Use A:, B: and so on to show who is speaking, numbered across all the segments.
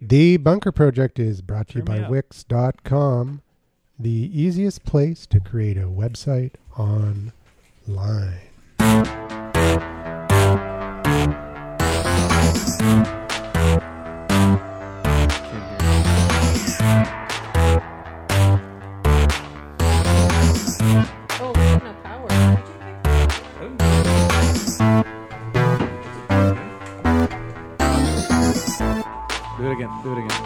A: The Bunker Project is brought to you
B: Turn me
A: by
B: up.
A: Wix.com, the easiest place to create a website online.
C: Oh, there's no power. Did you pick that
B: Do it again. Do it again.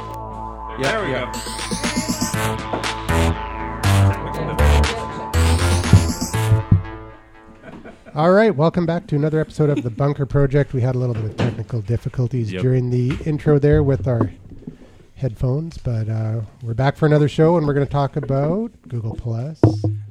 B: Yeah,
D: There we
B: yeah.
D: go.
C: up?
A: All right, welcome back to another episode of The Bunker Project. We had a little bit of technical difficulties
D: Yep.
A: during the intro there with our headphones, but uh, we're back for another show and we're going to talk about Google Plus,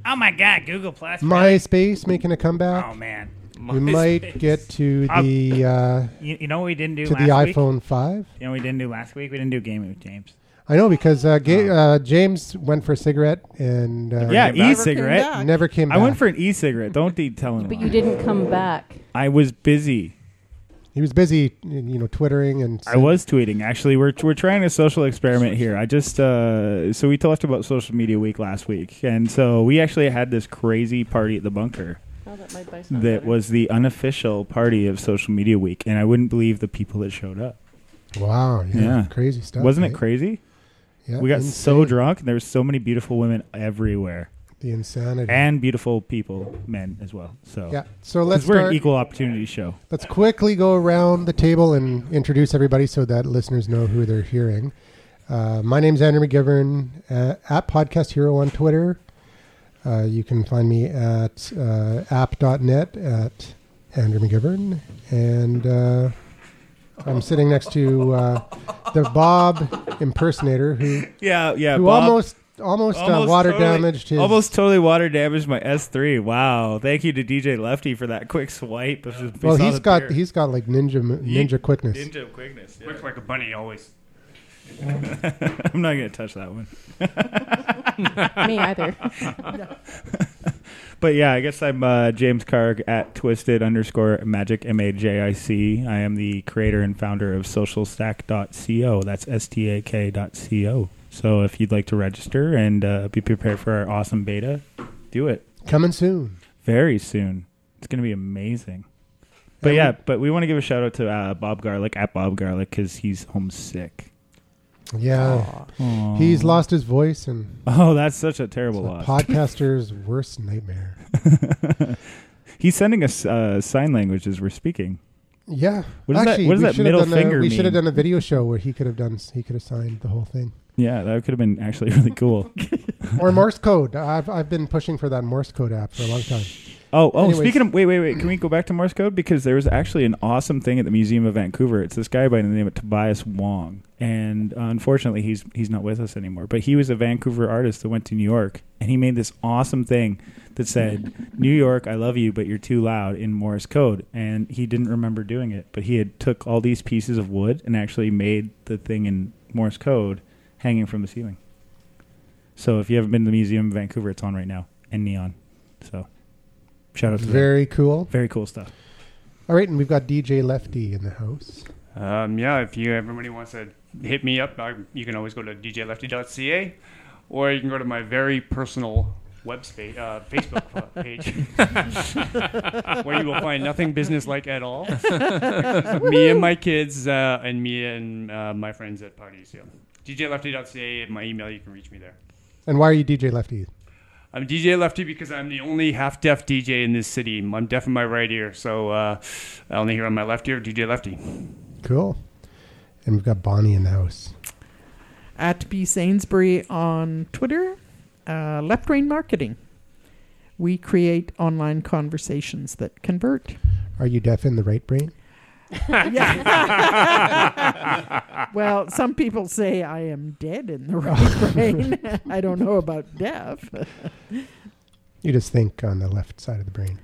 E: Oh my God, Google Plus.
A: MySpace making a comeback.
E: Oh man,
A: we might get to the uh,
E: you, you know what we didn't do
A: to the
E: last week?
A: iPhone 5.
E: You know what we didn't do last week. We didn't do Game of James.
A: I know because uh, ga- uh, James went for a cigarette and uh,
E: Yeah,
B: came back.
C: Never
E: e-cigarette.
C: came
A: never came back.
E: I went for an e-cigarette. Don't be telling
C: But
E: me.
C: you didn't come back.
E: I was busy.
A: he was busy, you know, twittering and
E: I was tweeting. Actually, we're we're trying a social experiment here. I just uh, so we talked about social media week last week, and so we actually had this crazy party at the bunker
C: Oh, that might buy some.
E: that was the unofficial party of social media week, and I wouldn't believe the people that showed up.
A: wow, yeah,
E: Yeah.
A: crazy stuff.
E: Wasn't it
A: right?
E: crazy?
A: Yeah,
E: we got so
A: insane.
E: drunk, and there were so many beautiful women everywhere.
A: the insanity.
E: and beautiful people, men as well. So
A: yeah, so
E: 'Cause
A: let's
E: we're
A: start,
E: an equal opportunity show.
A: let's quickly go around the table and introduce everybody so that listeners know who they're hearing. Uh, my name's Andrew McGivern uh, at Podcast Hero on Twitter. Uh, you can find me at uh, app.net at Andrew McGivern. And uh, I'm sitting next to uh, the Bob impersonator who,
E: Yeah, yeah.
A: who almost almost, uh, water damaged his.
E: almost totally water damaged my S three. Wow! Thank you to DJ Lefty for that quick swipe.
A: well, he's got he's got like ninja ninja quickness.
E: ninja quickness.
D: Looks like a bunny always.
E: I'm not gonna touch that one.
C: Me either.
E: But yeah, I guess I'm uh, James Karg at twisted underscore magic m a j i c. I am the creator and founder of socialstack.co. That's s t a k dot c o. So if you'd like to register and uh, be prepared for our awesome beta, do it
A: Coming soon.
E: very soon. It's going to be amazing. But
A: And
E: yeah, but we want to give a shout out to uh, Bob Garlic at Bob Garlic because he's homesick.
A: Yeah, he's lost his voice and
E: Oh, that's such a terrible
A: The
E: loss.
A: podcaster's worst nightmare.
E: he's sending us uh, sign language as we're speaking.
A: Yeah.
E: What does that-
A: Actually,
E: what does
A: we
E: that
A: should have
E: middle
A: done a-
E: finger
A: We should have
E: mean?
A: done a video show where he could have done. He could have signed the whole thing.
E: Yeah, that could have been actually really cool.
A: Or Morse code. I've I've been pushing for that Morse code app for a long time.
E: Oh, oh!
A: Anyways.
E: Speaking of, wait, wait, wait! Can we go back to Morse code because there was actually an awesome thing at the Museum of Vancouver. It's this guy by the name of Tobias Wong, and uh, unfortunately, he's he's not with us anymore. But he was a Vancouver artist that went to New York, and he made this awesome thing that said, "New York, I love you, but you're too loud" in Morse code. And he didn't remember doing it, but he had took all these pieces of wood and actually made the thing in Morse code hanging from the ceiling. So if you haven't been to the Museum of Vancouver, it's on right now and neon. So. Shout out to them.
A: Very cool.
E: Very cool stuff.
A: All right, and we've got DJ Lefty in the house.
D: Um, yeah, if you everybody wants to hit me up, I, you can always go to djlefty.ca, or you can go to my very personal web spa- uh, Facebook uh, page, where you will find nothing business-like at all. me and my kids, uh, and me and uh, my friends at parties. Yeah. djlefty.ca, my email, you can reach me there.
A: And why are you DJ Lefty?
D: I'm DJ Lefty because I'm the only half deaf DJ in this city. I'm deaf in my right ear, so uh, I only hear on my left ear DJ Lefty.
A: Cool. And we've got Bonnie in the house.
F: at B Sainsbury on Twitter, uh, Left Brain Marketing. We create online conversations that convert.
A: Are you deaf in the right brain?
F: Well, some people say I am dead in the right brain. I don't know about deaf.
A: You just think on the left side of the brain.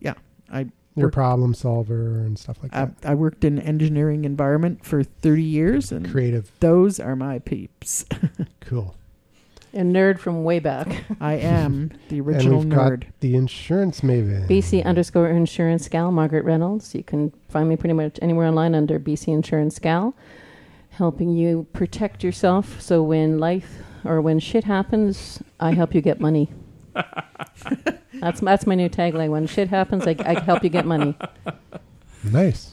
F: Yeah, I
A: You're a
F: Work-
A: problem solver and stuff like
F: I,
A: that.
F: I worked in engineering environment for 30 years, and
A: Creative.
F: those are my peeps.
A: Cool.
C: A nerd from way back.
F: I am the
A: And
F: original
A: we've got
F: nerd.
A: the insurance maven.
C: BC underscore insurance gal, Margaret Reynolds. You can find me pretty much anywhere online under BC insurance gal. helping you protect yourself. So when life or when shit happens, I help you get money. that's my- that's my new tagline. When shit happens, I, I help you get money.
A: Nice.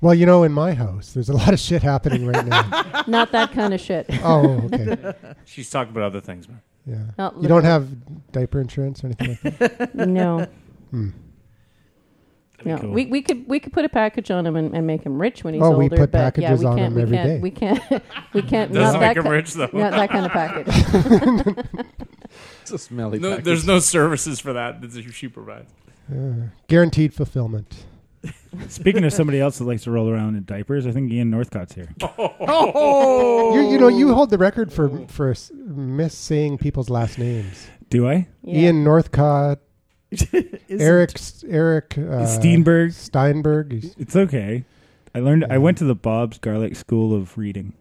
A: Well, you know, in my house, there's a lot of shit happening right now.
C: Not that kind of shit.
A: oh, okay.
G: She's talking about other things, man.
A: Yeah.
C: Not
A: You don't
C: literal.
A: have diaper insurance or anything like that?
C: No.
A: Hmm.
E: be
C: No,
E: cool.
C: we, we could we could put a package on him and, and make him rich when he's
A: Oh, we
C: older.
A: put
C: but yeah,
A: packages
C: we
A: on
C: can't,
A: him
C: we
A: every
C: can't,
A: day.
C: We can't. We can't. not
G: Doesn't
C: that
G: make him
C: ki-
G: rich though.
C: Not that kind of package.
B: It's a smelly
G: No,
B: package.
G: there's no services for that that she provides.
A: Uh, guaranteed fulfillment.
E: Speaking of somebody else that likes to roll around in diapers, I think Ian Northcott's here.
G: Oh.
A: You, you know,
C: Oh.
A: you hold the record for for s- miss saying people's last names.
E: Do I?
C: Yeah.
A: Ian Northcott,
F: Isn't-
A: Eric, S- Eric uh,
E: Steenberg.
A: Steinberg, he's-
E: It's okay. I learned.
A: Yeah.
E: I went to the Bob's Garlic School of Reading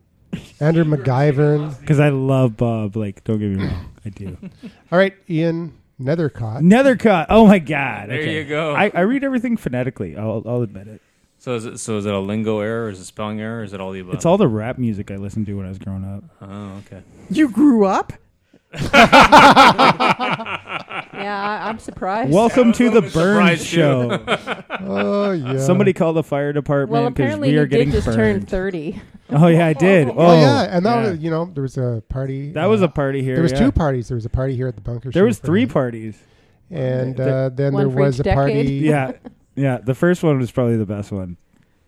A: Andrew McGivern.
E: because I love Bob. Like, don't get me wrong, I do.
A: All right, Ian Nethercott.
E: Nethercutt. Oh my God.
G: There
E: Okay.
G: you go.
E: I, I read everything phonetically. I'll, I'll admit it.
G: so is it so is it a lingo error? Is it a spelling error? Is it all the above?
E: It's all the rap music I listened to when I was growing up.
G: Oh, okay.
F: you grew up?
C: yeah, I, I'm surprised.
E: Welcome to the
G: I'm surprised too.
E: Burns Show.
A: Oh yeah.
E: Somebody call the fire
C: well,
E: department because
C: apparently
E: we
C: you
E: are getting
C: did just turn
E: burned.
C: thirty.
E: oh yeah, I did. Oh,
A: Oh, yeah, and that
E: yeah.
A: was, you know there was a party.
E: That was
A: uh,
E: a party here.
A: There was
E: yeah.
A: two parties. There was a party here at the bunker.
E: There
A: Show
E: was
A: for
E: three
A: me.
E: parties.
A: and
E: There-
A: uh, then
C: One
A: there
C: for
A: was a
C: each
A: party.
C: decade.
E: Yeah, yeah. The first one was probably the best one.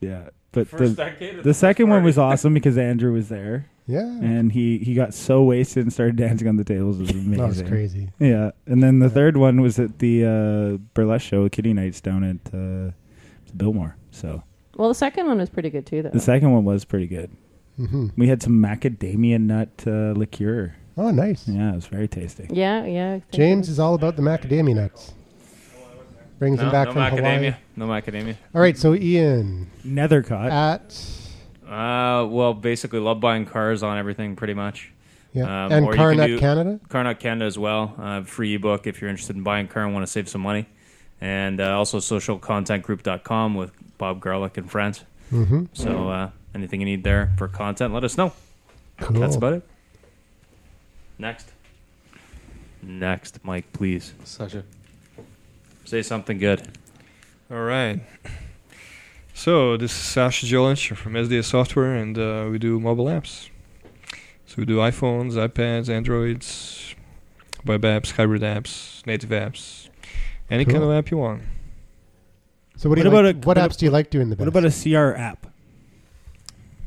E: Yeah, but
G: First
E: the
G: decade of
E: the second one
G: party.
E: was awesome because Andrew was there
A: Yeah.
E: and he he got so wasted and started dancing on the tables. It was amazing.
A: That was crazy.
E: Yeah, and then the
A: Yeah.
E: third one was at the uh, burlesque show, Kitty Nights, down at uh, Billmore. So
C: Well, the second one was pretty good too, though.
E: the second one was pretty good.
A: hmm
E: We had some macadamia nut uh, liqueur.
A: Oh, nice.
E: Yeah, it was very tasty.
C: yeah, yeah. I think it
A: James
C: was-
A: is all about the macadamia nuts. Brings
G: No,
A: them back
G: no
A: from
G: macadamia.
A: Hawaii.
G: No macadamia.
A: All right, so Ian
E: Nethercott.
A: at
G: Uh, well, basically, love buying cars on everything, pretty much.
A: yeah,
G: Um,
A: and
G: or you can
A: Carnut
G: do-
A: Canada.
G: Carnot Canada as well. Uh, free ebook if you're interested in buying car and want to save some money. And uh, also socialcontentgroup.com with Bob Garlick and friends.
A: Mm-hmm.
G: So uh, anything you need there for content, let us know.
A: Cool.
G: That's about it. Next. Next, Mike, please.
B: Such a
G: Say something good.
H: All right. So this is Sasha Jolich from SDS Software, and uh, we do mobile apps. So we do iPhones, iPads, Androids, web apps, hybrid apps, native apps, any kind
A: Cool.
H: of app you want.
A: So what, do you
E: What about
A: like,
E: a-
A: what
E: what
A: apps do you like doing the best?
E: What about a CR app?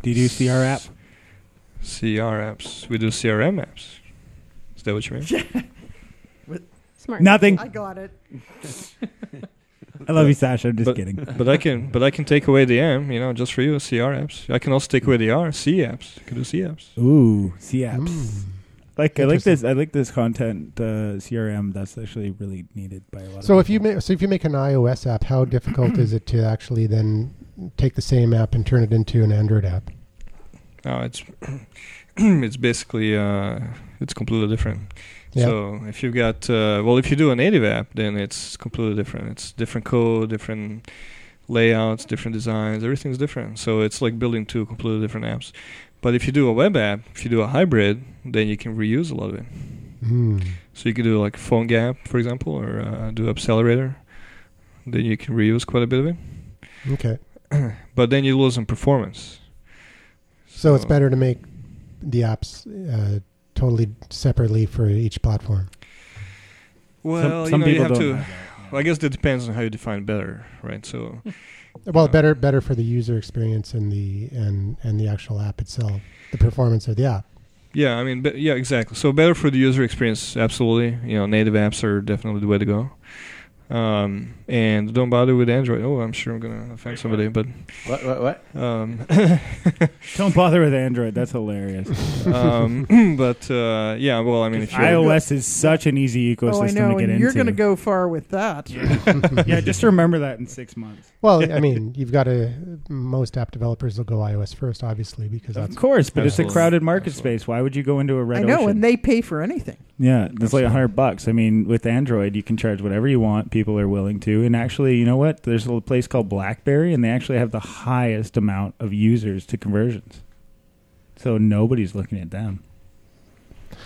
E: Do you do CR app?
H: CR apps. We do CRM apps. Is that what you mean?
C: smart.
E: Nothing.
F: I got it.
E: I love you, Sasha. I'm just
H: But-
E: kidding.
H: but I can, but I can take away the M, you know, just for you. CR apps. I can also take away the R. C apps. You can do C apps.
E: Ooh, C apps.
A: Mm.
E: Like I like
A: Interesting.
E: this. I like this content uh, CRM. That's actually really needed by a lot.
A: So
E: of
A: if you make, so if you make an iOS app, how difficult is it to actually then take the same app and turn it into an Android app?
H: No, Uh, it's it's basically uh, it's completely different.
A: Yeah.
H: So if you've got uh, well, if you do a native app, then it's completely different. It's different code, different layouts, different designs. Everything's different. So it's like building two completely different apps. But if you do a web app, if you do a hybrid, then you can reuse a lot of it.
A: Mm.
H: So you can do like phone gap, for example, or uh, do accelerator. Then you can reuse quite a bit of it.
A: Okay,
H: But then you lose some performance.
A: so it's better to make the apps uh, totally separately for each platform.
E: people. Some-
H: Well,
E: some
H: you know, you
E: people
H: have
E: don't
H: to.
E: have that, yeah.
H: Well, I guess that depends on how you define better, right? So,
A: Well,
H: Uh,
A: better better for the user experience and the and and the actual app itself, the performance of the app.
H: yeah, I mean, be- yeah, exactly. So, better for the user experience, absolutely. You know, native apps are definitely the way to go. Um, and don't bother with Android. Oh, I'm sure I'm gonna offend somebody, but
B: what? What? What?
H: um,
E: don't bother with Android. That's hilarious.
H: um, but uh, yeah, well, I mean, if you're
E: iOS is such an easy ecosystem
F: Oh, I know.
E: to get
F: And
E: into.
F: you're going to go far with that.
E: Yeah. yeah, just remember that in six months.
A: Well, I mean, you've got to. Most app developers will go iOS first, obviously, because
E: Of
A: that's
E: course, but it's a
H: Absolutely.
E: crowded market
H: Absolutely.
E: space. Why would you go into a red
F: I know,
E: ocean?
F: and they pay for anything.
E: yeah, that's like
H: Absolutely.
E: a hundred bucks. I mean, with Android, you can charge whatever you want. People people are willing to. And actually, you know what? There's a little place called BlackBerry, and they actually have the highest amount of users to conversions. So nobody's looking at them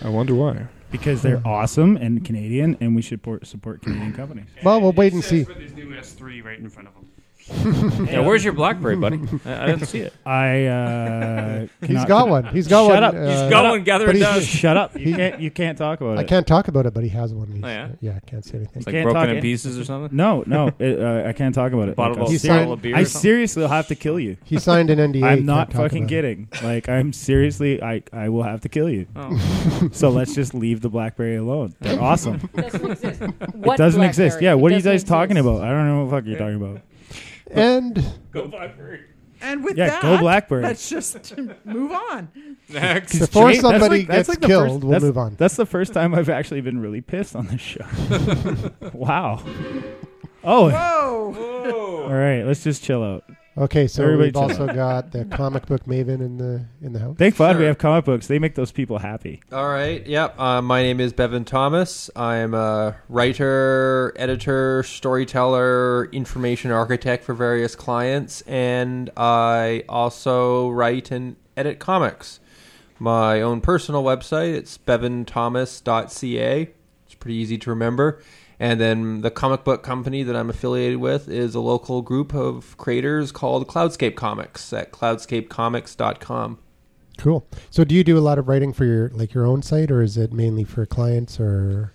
H: I wonder why.
E: because they're awesome and Canadian, and we should support, support Canadian companies.
A: Well, we'll
D: It
A: wait and see.
D: says with his new S3 right in front of him.
G: Yeah, where's your
E: Uh,
G: BlackBerry, buddy? I, I didn't see it.
E: I uh,
A: He's
E: cannot-
A: got one. He's got
E: Shut
A: one.
E: up.
A: uh,
G: He's got one gathering
A: but he's-
G: dust.
E: Shut up!
A: He-
E: You can't. You can't talk about it.
A: I can't talk about it, but he has one. He's-
G: Oh, yeah?
A: yeah, I can't say anything.
G: It's like
E: can't
G: broken
E: talk
G: in
E: in-
G: pieces or something.
E: No, no, it, uh, I can't talk about it.
G: Bottle,
E: Like,
G: of-
E: I'm
A: He
E: serious-
G: bottle
A: signed-
G: of beer. or
E: I
G: something?
E: seriously will have to kill you.
A: He signed an NDA.
E: I'm
A: can't
E: not
A: talk
E: fucking
A: about it.
E: kidding. Like I'm seriously, I I will have to kill you.
G: Oh.
E: So let's just leave the BlackBerry alone. They're awesome.
C: doesn't exist.
E: it doesn't exist. Yeah. What are you guys talking about? I don't know what the fuck you're talking about.
A: And
G: Go BlackBerry.
F: And with
E: Yeah.
F: that,
E: Go BlackBerry.
F: let's just move on.
G: Next.
A: before
E: Jimmy- that's
A: somebody
E: like- that's
A: gets
E: like the
A: killed,
E: first-
A: we'll
E: that's-
A: move on.
E: That's the first time I've actually been really pissed on this show. wow. Oh.
F: Whoa.
E: All right. Let's just chill out.
A: Okay, so
E: Everybody
A: we've
E: chill
A: also got the comic book maven in the in the house.
E: Thank God we
I: Sure.
E: have comic books. They make those people happy.
I: All right. Yep. Uh, my name is Bevan Thomas. I'm a writer, editor, storyteller, information architect for various clients, and I also write and edit comics. My own personal website, it's bevanthomas.ca. It's pretty easy to remember. And then the comic book company that I'm affiliated with is a local group of creators called Cloudscape Comics at cloudscapecomics.com.
A: Cool. So, do you do a lot of writing for your like your own site, or is it mainly for clients? Or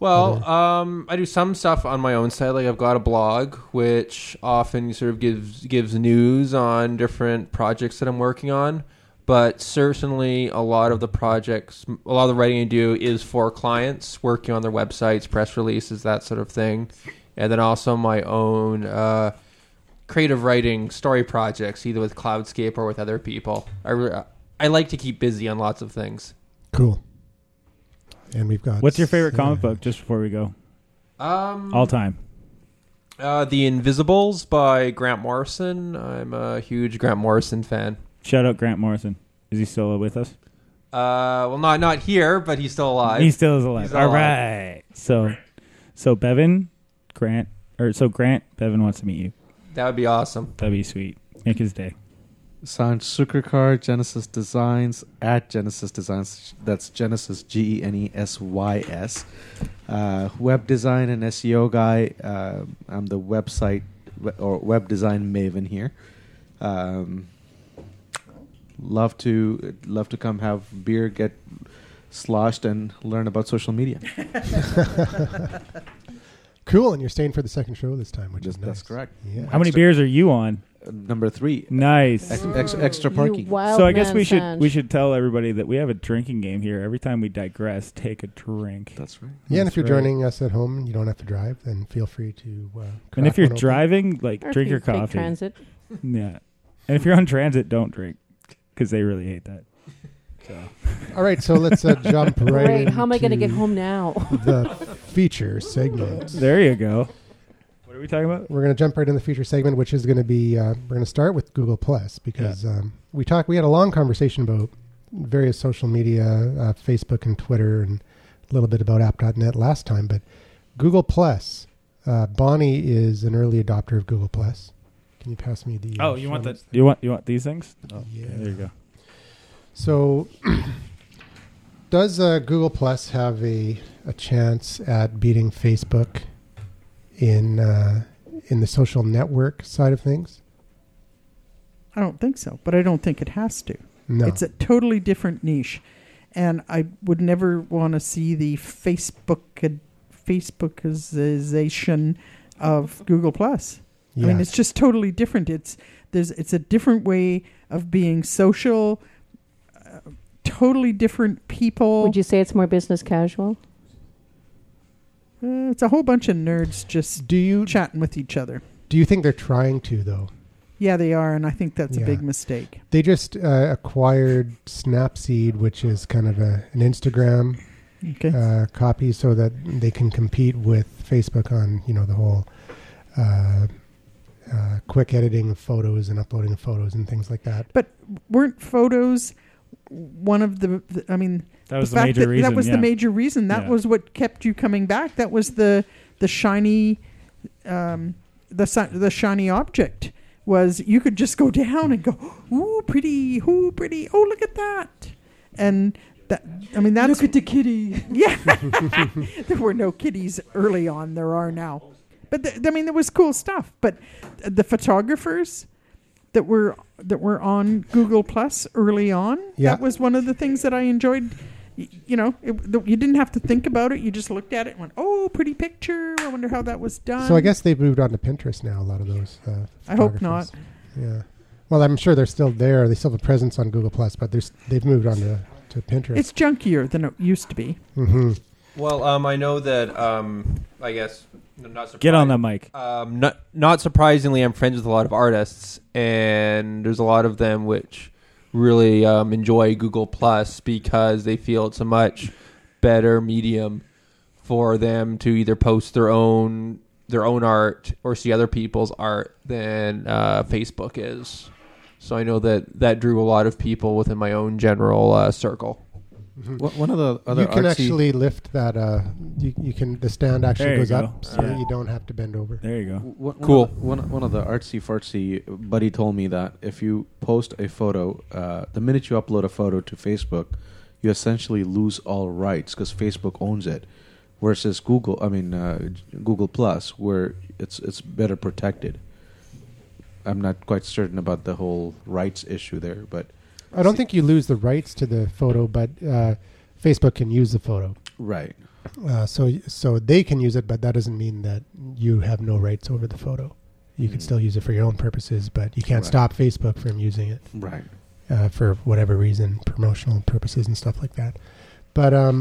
I: Well, um, I do some stuff on my own site. Like I've got a blog, which often sort of gives gives news on different projects that I'm working on. But certainly, a lot of the projects, a lot of the writing I do is for clients working on their websites, press releases, that sort of thing, and then also my own uh, creative writing story projects, either with Cloudscape or with other people. I re- I like to keep busy on lots of things.
A: cool. And we've got
E: What's your favorite
A: uh,
E: comic book? Just before we go,
I: Um,
E: all time.
I: Uh, the Invisibles by Grant Morrison. I'm a huge Grant Morrison fan.
E: Shout out Grant Morrison. Is he still with us?
I: Uh, well, not not here, but he's still alive.
E: he still is alive.
I: he's
E: All
I: alive.
E: right. So, so Bevan, Grant, or so Grant, Bevan wants to meet you.
I: that would be awesome.
E: That'd be sweet. Make his day.
B: Signed Sukrikar Genesis Designs at Genesis Designs. That's Genesis G E N E S Y S. Uh, web design and SEO guy. Uh, I'm the website we- or web design maven here. Um, love to love to come have beer, get sloshed, and learn about social media.
A: Cool, and you're staying for the second show this time, which is
B: That's
A: nice.
B: correct.
A: Yeah.
E: How many beers are you on?
B: Uh, Number three,
E: Nice.
B: ex- ex- extra parking.
E: So I guess we should we should tell everybody that we have a drinking game here. Every time we digress, take a drink.
B: That's right.
A: Yeah, and if
E: That's
A: you're
E: right.
A: joining us at home, and you don't have to drive. Then feel free to. Uh,
E: and
A: crack
E: if you're
A: one open.
E: driving, like drink your coffee.
C: Transit.
E: yeah. And if you're on transit, don't drink because they really hate that.
A: all right. So let's uh, jump right.
C: Right. How am I going to
A: into
C: get home now?
A: The feature segment.
E: There you go. What are we talking about?
A: We're going to jump right in the feature segment, which is going to be uh, we're going to start with Google Plus because um, we talked. We had a long conversation about various social media, uh, Facebook and Twitter, and a little bit about App.net last time. But Google Plus, uh, Bonnie is an early adopter of Google Plus. Can you pass me the? uh, show notes?
E: Oh, You want you want these things? Oh,
A: Yeah.
E: There you go.
A: So, does uh, Google Plus have a, a chance at beating Facebook in uh, in the social network side of things?
F: I don't think so, but I don't think it has to.
A: No.
F: It's a totally different niche, and I would never want to see the Facebook Facebookization of Google Plus. I mean,
A: Yeah.
F: it's just totally different. It's there's it's a different way of being social. uh, Totally different people.
C: Would you say it's more business casual?
F: Uh, it's a whole bunch of nerds just
A: Do you
F: chatting with each other.
A: do you think they're trying to though?
F: Yeah, they are, and I think that's
A: Yeah.
F: a big mistake.
A: They just uh, acquired Snapseed, which is kind of a, an Instagram
F: Okay.
A: uh, copy, so that they can compete with Facebook on you know the whole uh, uh, quick editing of photos and uploading of photos and things like that.
F: Weren't photos one of the? the I mean,
E: That was the,
F: fact
E: major
F: that,
E: reason.
F: That was
E: yeah.
F: the major reason. That
E: Yeah.
F: was what kept you coming back. That was the the shiny, um, the si- the shiny object was you could just go down and go, ooh, pretty, ooh, pretty, oh, look at that, and that. I mean, that's
C: Look at the kitty.
F: yeah. there were no kitties early on. There are now. But th- I mean, there was cool stuff. But the photographers that were that were on Google Plus early on,
A: Yeah.
F: that was one of the things that I enjoyed. Y- You know, it, the, you didn't have to think about it. You just looked at it and went, "Oh, pretty picture. I wonder how that was done."
A: So I guess they've moved on to Pinterest now. A lot of those. Uh,
F: I hope
A: photographers.
F: not.
A: Yeah. Well, I'm sure they're still there. They still have a presence on Google Plus, but they're, s- they've moved on to, to Pinterest.
F: It's junkier than it used to be.
A: hmm
I: Well, um, I know that. Um, I guess I'm not surprised.
E: Get on that mic.
I: Um, not not surprisingly, I'm friends with a lot of artists, and there's a lot of them which really um, enjoy Google Plus because they feel it's a much better medium for them to either post their own their own art or see other people's art than uh, Facebook is. So I know that that drew a lot of people within my own general uh, circle.
B: Wh- One of the other
A: you can
B: artsy-
A: actually lift that. Uh, you, you can. The stand actually
E: There you
A: goes
E: go.
A: up, so
E: Yeah.
A: you don't have to bend over.
E: There you go.
B: W- One,
I: Cool.
B: One of, the- one, one of the artsy fartsy buddy told me that if you post a photo, uh, the minute you upload a photo to Facebook, you essentially lose all rights because Facebook owns it. Versus Google, I mean uh, Google Plus, where it's it's better protected. I'm not quite certain about the whole rights issue there, but
A: I don't think you lose the rights to the photo, but uh, Facebook can use the photo.
B: right.
A: Uh, so so they can use it, but that doesn't mean that you have no rights over the photo. You can
B: Mm.
A: still use it for your own purposes, but you can't
B: Right.
A: stop Facebook from using it
B: Right.
A: uh, for whatever reason, promotional purposes and stuff like that. But um,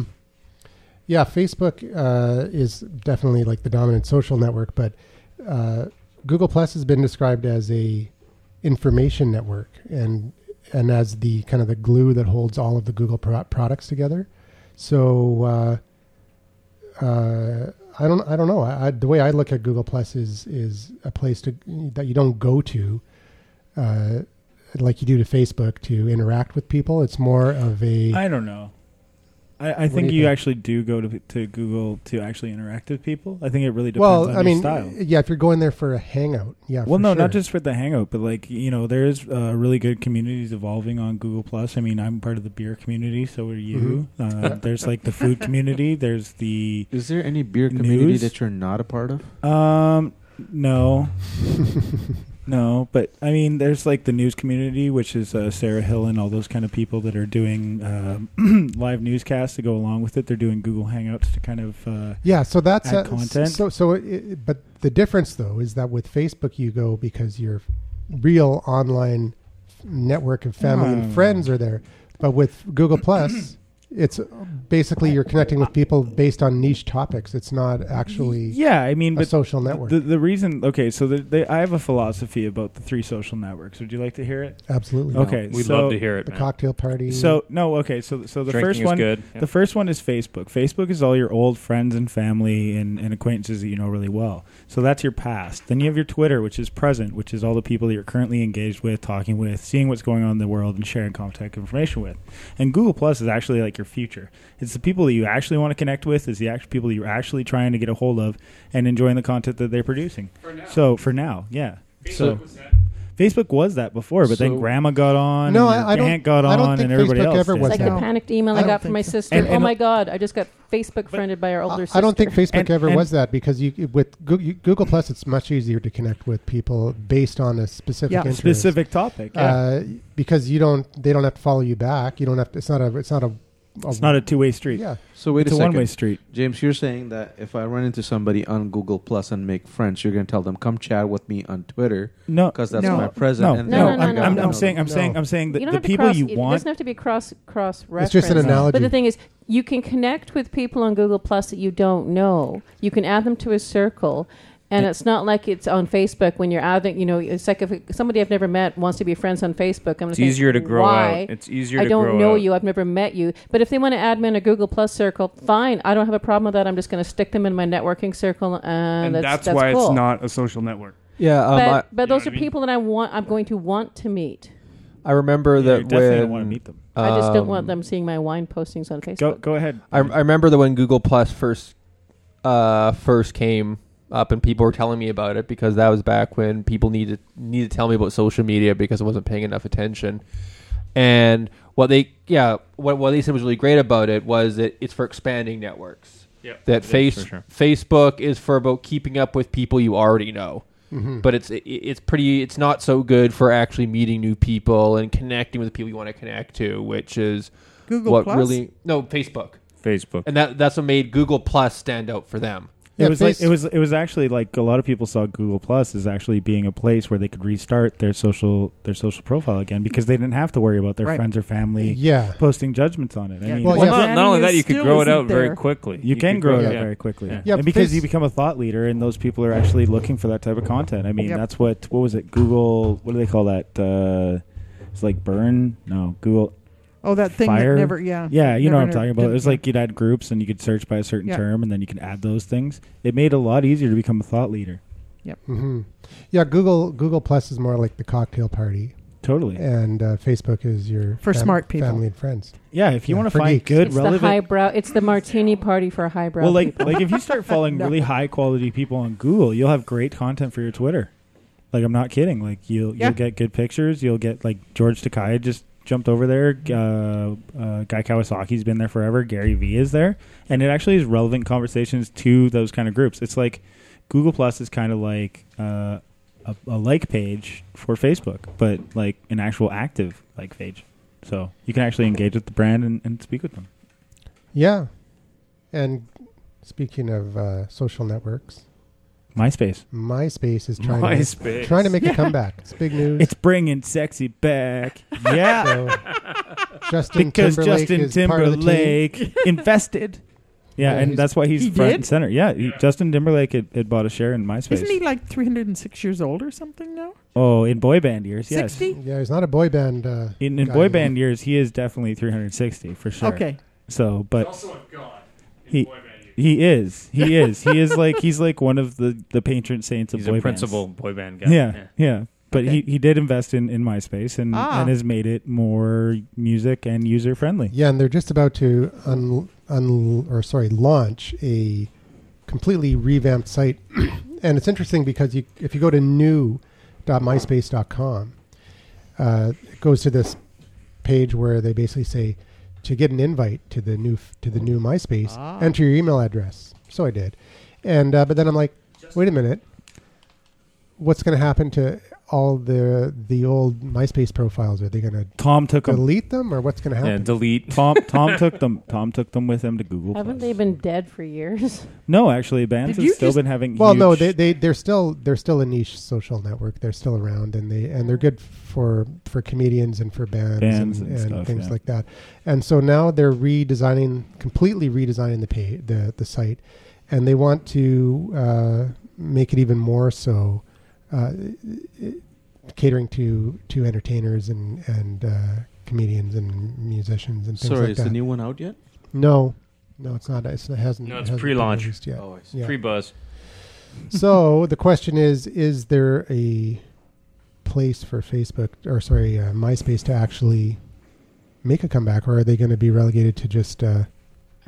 A: yeah, Facebook uh, is definitely like the dominant social network, but uh, Google Plus has been described as a information network and and as the kind of the glue that holds all of the Google pro- products together. So uh, uh, I don't I don't know. I, I, the way I look at Google Plus is is a place to that you don't go to. Uh, like you do to Facebook to interact with people. It's more of a
E: I don't know. I, I
A: What
E: think
A: do
E: you
A: you think?
E: actually do go to, to Google to actually interact with people. I think it really depends
A: well,
E: on
A: I mean,
E: your style.
A: yeah. If you're going there for a hangout, yeah.
E: well,
A: for
E: no,
A: sure.
E: not just for the Hangout, but like you know, there is uh, really good communities evolving on Google Plus. I mean, I'm part of the beer community, so are you.
A: Mm-hmm.
E: Uh, there's like the food community. There's the
B: Is there any beer community
E: News?
B: that you're not a part of?
E: um, no, no, but I mean, there's like the news community, which is uh, Sarah Hill and all those kind of people that are doing um, live newscasts to go along with it. They're doing Google Hangouts to kind of. Uh,
A: yeah. So that's
E: Add
A: uh,
E: content.
A: So so, it- it, but the difference though is that with Facebook you go because your real online network of family
E: Mm.
A: and friends are there, but with Google Plus. It's basically you're connecting with people based on niche topics. It's not actually
E: yeah, I mean,
A: a
E: but
A: social network.
E: The, the reason, okay, so the, the, I have a philosophy about the three social networks. Would you like to hear it?
A: Absolutely.
B: No,
E: okay,
G: We'd
E: so-
G: love to hear it.
A: The
G: Man.
A: cocktail party.
E: So no, okay, so so the
G: Drinking
E: first
G: is
E: one,
G: good.
E: the first one is Facebook. Facebook is all your old friends and family and, and acquaintances that you know really well. So that's your past. Then you have your Twitter, which is present, which is all the people that you're currently engaged with, talking with, seeing what's going on in the world, and sharing contact information with. And Google Plus is actually like your future. It's the people that you actually want to connect with. It's the actual people you're actually trying to get a hold of and enjoying the content that they're producing.
D: For now.
E: So for now, yeah.
D: Facebook
E: So
D: was that.
E: Facebook was that before, but then
B: So-
E: Grandma got on.
A: No,
E: and
A: I- I don't-
E: Aunt got on,
A: I don't think
E: and everybody
A: Facebook
E: else
A: ever
E: did.
A: was
C: It's like
A: No.
C: the panicked email
A: I
C: I,
A: don't
C: got from
A: think
C: my
A: so.
C: sister.
E: And- and-
C: oh my god, I just got Facebook friended by our older sister.
A: I don't think Facebook
E: And-
A: ever
E: and-
A: was that because you with Goo- you- Google Plus, it's much easier to connect with people based on a specific
F: Yeah.
A: interest.
E: specific topic. yeah.
A: uh, because you don't they don't have to follow you back. You don't have to. It's not a. It's not a.
E: it's not a two-way street.
A: Yeah.
B: So wait
E: it's
B: a
E: a,
B: second.
E: one-way street.
B: James, you're saying that if I run into somebody on Google Plus and make friends, you're going to tell them, come chat with me on Twitter
E: No,
B: because that's
F: No.
B: my present.
E: no, no,
B: and
C: No,
B: I
C: no,
E: I'm,
B: gotta
E: I'm,
B: know
E: I'm
B: them.
E: saying, I'm
A: No.
E: saying, I'm saying
C: You
E: that
C: don't
E: the
C: have to
E: people
C: cross-
E: you
C: it
E: want.
C: doesn't have to be cross cross
A: It's just an
C: reference.
A: analogy.
C: But the thing is, you can connect with people on Google Plus that you don't know. You can add them to a circle. And it's not like it's on Facebook when you're adding, you know, it's like if somebody I've never met wants to be friends on Facebook. I'm
G: It's easier to grow
C: why?
G: out. It's easier
C: I
G: to
C: don't
G: grow
C: know
G: out.
C: you. I've never met you. But if they want to add me in a Google Plus circle, fine. I don't have a problem with that. I'm just going to stick them in my networking circle, and,
D: And
C: that's,
D: that's, why
C: cool.
D: it's not a social network.
I: Yeah,
A: Uh,
I: um,
C: But,
I: I,
C: but
D: You know
C: those
D: what
C: are
D: I mean?
C: people that I want. I'm going to want to meet.
I: I remember
E: Yeah, you
I: that
E: definitely
I: when
E: don't want to meet them.
C: I just don't want
I: um,
C: them seeing my wine postings on Facebook.
E: Go, go ahead.
I: I, I remember that when Google Plus first uh, first came up and people were telling me about it because that was back when people needed needed to tell me about social media because I wasn't paying enough attention. And what they yeah what what they said was really great about it was that it's for expanding networks.
D: Yep.
I: that
G: is,
I: face
G: for sure.
I: Facebook is for about keeping up with people you already know.
F: Mm-hmm.
I: But it's it, it's pretty it's not so good for actually meeting new people and connecting with people you want to connect to, which is
F: Google
I: what
F: Plus?
I: really no Facebook,
G: Facebook.
I: and that that's what made Google Plus stand out for them.
A: Yeah,
E: it was
A: face-
E: like it was it was actually like a lot of people saw Google Plus as actually being a place where they could restart their social their social profile again because they didn't have to worry about their
F: Right.
E: friends or family
A: yeah.
E: posting judgments on it. I mean,
A: Well,
G: Well,
A: yeah.
G: not, not only that, you could
F: Still
G: grow it
F: isn't
G: out
F: there.
G: very quickly.
E: you, can
G: could
E: grow it
G: it
E: out
G: out.
E: very quickly.
G: Yeah.
A: Yeah,
E: and because
A: face-
E: you become a thought leader and those people are actually looking for that type of content. I mean,
F: Yep.
E: that's what what was it? Google what do they call that? Uh, it's like burn? No, Google
F: Oh, that thing
E: Fire?
F: that never. Yeah.
E: Yeah, you know what
F: never-
E: I'm talking about.
F: didn't-
E: It was like you'd add groups and you could search by a certain
F: Yeah.
E: term and then you can add those things. It made it a lot easier to become a thought leader.
G: Mm-hmm.
A: hmm Yeah, Google Google Plus is more like the cocktail party,
E: Totally. Yeah,
A: and uh, Facebook is your
F: For smart people.
A: family and friends.
E: if you
A: Yeah,
E: want to
A: for
E: find
A: geeks.
E: good,
C: It's the
E: relevant.
C: highbrow. It's the martini party for highbrow
E: Well, like
C: people.
E: like if you start following
F: No.
E: really high quality people on Google, you'll have great content for your Twitter. Like I'm not kidding. Like you'll
F: Yeah.
E: you'll get good pictures. You'll get like George Takai just jumped over there. Uh,
F: Mm-hmm.
E: uh, Guy Kawasaki's been there forever. Gary Vee is there, and it actually is relevant conversations to those kind of groups. It's like Google Plus is kind of like uh, a, a like page for Facebook, but like an actual active like page. So you can actually engage with the brand and, and speak with them.
A: Yeah, and speaking of uh, social networks,
E: MySpace.
A: MySpace is trying to
G: MySpace.
A: trying to make a comeback. It's big news.
E: It's bringing sexy back. Yeah.
A: so Justin
E: because
A: Timberlake
E: Justin
A: is part of the team.
E: Timberlake invested. Yeah,
A: Yeah,
E: and
A: he's-
E: that's why he's
F: He
E: front
F: did?
E: and center. Yeah, he- Justin Timberlake had, had bought a share in MySpace.
F: Isn't he like 306 years old or something now?
E: oh, in boy band years, yes.
F: 60?
A: Yeah, he's not a boy band. Uh,
E: In, in
A: guy
E: boy
A: anymore.
E: band years, he is definitely 360 for sure.
F: Okay.
E: So, but
D: also a god.
E: he he is he is he is like he's like one of the the patron saints of
G: He's a
E: boy bands.
G: principal boy band guy.
E: Yeah, yeah. But
F: Okay.
E: he, he did invest in, in MySpace and,
F: Ah.
E: and has made it more music and user friendly.
A: Yeah, and they're just about to un, un or sorry launch a completely revamped site, and it's interesting because you if you go to new.myspace.com, uh, it goes to this page where they basically say to get an invite to the new f- to the new MySpace,
F: Ah.
A: enter your email address. So I did, and uh, but then I'm like, wait a minute, what's going to happen to all the the old MySpace profiles? Are they going to
E: Tom took him
A: delete them, or what's going to happen?
G: Yeah, delete.
E: Tom Tom took them. Tom took them with him to Google.
C: Haven't
E: Plus.
C: they been dead for years?
E: No, actually, bands
F: Did
E: have
F: you
E: still
F: just-
E: been having.
A: Well,
E: huge-
A: no, they they they're still they're still a niche social network. They're still around, and they and they're good for for comedians and for bands,
E: Bands
A: and,
E: and stuff,
A: things
E: yeah.
A: like that. And so now they're redesigning, completely redesigning the pay, the the site, and they want to uh, make it even more so, uh, catering to to entertainers and and uh, comedians and musicians and things
B: Sorry,
A: like
B: is
A: that.
B: the new one out yet?
A: no, no, it's not. It's, it hasn't.
G: No,
A: it
G: it's
A: hasn't been
G: pre-launch.
A: released yet.
B: Always.
A: Yeah.
G: Free buzz.
A: so the question is is there a place for facebook or sorry uh, myspace to actually make a comeback or are they going to be relegated to just uh,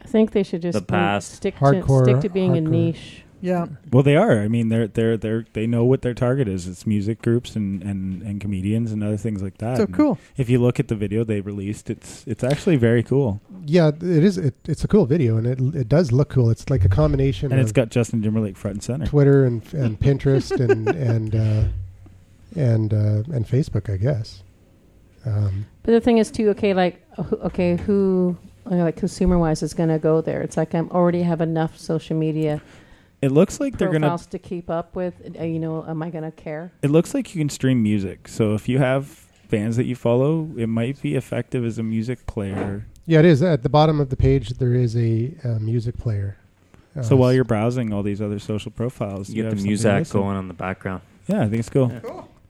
C: I think they should just
G: The
C: be-
G: past.
C: stick
A: Hardcore-
C: to stick to being a
A: hardcore.
C: niche.
F: Yeah.
E: Well, they are. I mean, they're they're they're they know what their target is. It's music groups and and and comedians and other things like that.
F: So
E: And
F: cool.
E: If you look at the video they released, it's it's actually very cool,
A: yeah it is it, it's a cool video and it, it does look cool it's like a combination
E: and
A: of
E: it's got Justin Timberlake front and center.
A: twitter and, and pinterest and and uh, and uh, and facebook i guess um,
C: But the thing is, too, okay, like, who- okay, who, you know, like, consumer wise is going to go there? It's like I am already have enough social media
E: It looks like they're gonna.
C: profiles to keep up with. Uh, You know, am I going to care?
E: It looks like you can stream music. So if you have bands that you follow, it might be effective as a music player.
A: yeah it is at the bottom of the page there is a, uh music player uh,
E: So while you're browsing all these other social profiles,
G: You
E: you
G: get
E: have
G: the
E: something to
G: music
E: listen.
G: going on the background.
E: Yeah, I think it's cool.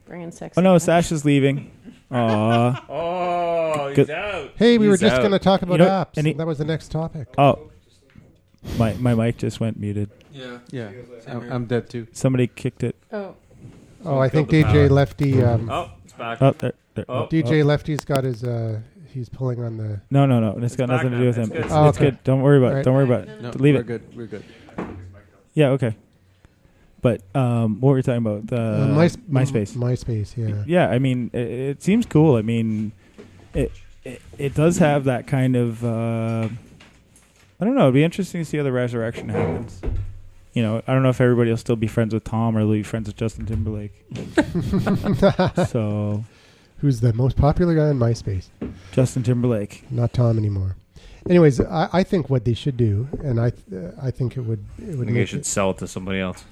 C: Bringing sex.
E: Oh no,
C: back.
E: Sasha's leaving. Aw.
G: Oh,
E: he's Good.
G: out.
A: hey we were
G: He's
A: just
G: out.
A: going to talk about
E: know,
A: apps
E: any-
A: that was the next topic
E: Oh. My my mic just went muted.
I: Yeah.
B: Yeah, I'm, I'm dead too.
E: Somebody kicked it.
C: Oh,
A: Oh, I think
G: Build the
A: DJ
G: power.
A: Lefty. Um,
G: Oh, it's back.
E: Oh, there, there.
G: Oh.
A: DJ Lefty's got his. Uh, he's pulling on the.
E: No, no, no. It's got
G: back
E: nothing to
G: now.
E: do with
G: It's
E: him.
G: good.
E: It's,
A: Oh,
E: it's
A: okay.
E: good. Don't worry about it.
A: Alright.
E: Don't worry about it.
B: No,
E: Leave
B: we're
E: it.
B: good. We're good.
E: Yeah, okay. But um, what were you talking about? Uh,
A: Uh, My-
E: MySpace.
A: MySpace, yeah.
E: yeah, I mean, it, it seems cool. I mean, it, it it does have that kind of. Uh, I don't know. It'd be interesting to see how the resurrection happens. You know, I don't know if everybody will still be friends with Tom or will be friends with Justin Timberlake. so,
A: Who's the most popular guy on MySpace?
E: Justin Timberlake.
A: Not Tom anymore. Anyways, I, I think what they should do, and I th- I think it would it
G: I
A: would
G: think I
A: make
G: should
A: it-
G: sell it to somebody else.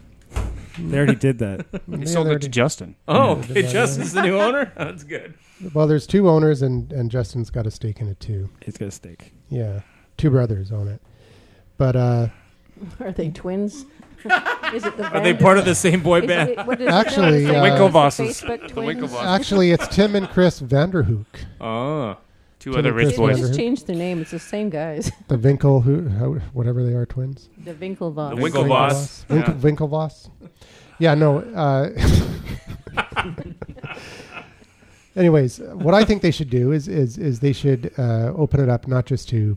E: They already did that.
A: yeah,
D: He sold
A: they
D: it to Justin.
G: Oh,
A: Yeah,
G: okay.
A: yeah.
G: Justin's the new owner. That's good.
A: already- well, there's two owners, and and Justin's got a stake in it too.
E: It's gonna stick.
A: Yeah, two brothers own it. But uh,
C: Are they twins? is it the
G: Are they
C: Vandis-
G: part of the same boy
C: is
G: band?
C: it- what is it-
A: Actually,
C: is it
A: uh,
D: Winklevosses.
C: Facebook
D: The
C: twins?
D: Winklevosses.
A: actually, it's Tim and Chris Vanderhook,
G: Oh,
D: Ah. Two
A: Tim
D: other
A: and
D: rich
A: Chris
C: They
D: boys.
A: Vanderhook.
C: just changed their name. It's the same guys.
A: the Winkle, who, how, whatever they are, twins.
C: The Winklevosses.
D: The Wink- Winklevoss.
A: Winklevoss. Wink- Winklevoss. Yeah, no. Uh, anyways, what I think they should do is is is they should uh, open it up not just to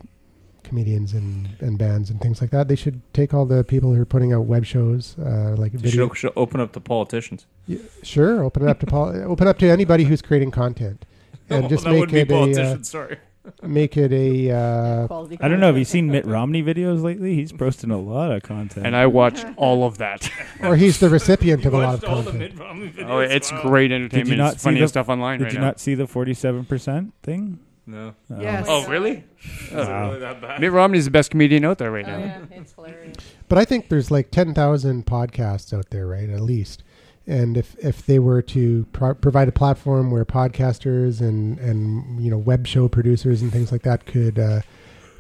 A: comedians and, and bands and things like that. They should take all the people who are putting out web shows, uh, like
G: They
A: video.
G: should, should open up to politicians.
A: Yeah, sure, open it up to pol- open up to anybody who's creating content, and
G: Oh,
A: just
G: that
A: make
G: would be
A: it a uh,
G: politicians. sorry.
A: make it a uh,
C: Quality
E: I don't know. Have you
C: content.
E: seen Mitt Romney videos lately? He's posting a lot of content.
D: And I watch all of that.
A: or he's the recipient of a lot of content.
D: Oh, it's great
E: Did you
D: entertainment.
E: not
D: It's
E: see
D: funny
E: the-
D: stuff online
E: Did
D: right
E: you
D: now.
E: not see the forty-seven percent thing?
G: No.
E: Oh.
F: Yes.
D: Oh, really?
E: Wow.
D: Mitt Romney's the best comedian out there right
C: Oh,
D: now.
C: yeah, it's hilarious.
A: But I think there's like ten thousand podcasts out there, right? At least, and if if they were to pro- provide a platform where podcasters and and you know web show producers and things like that could uh,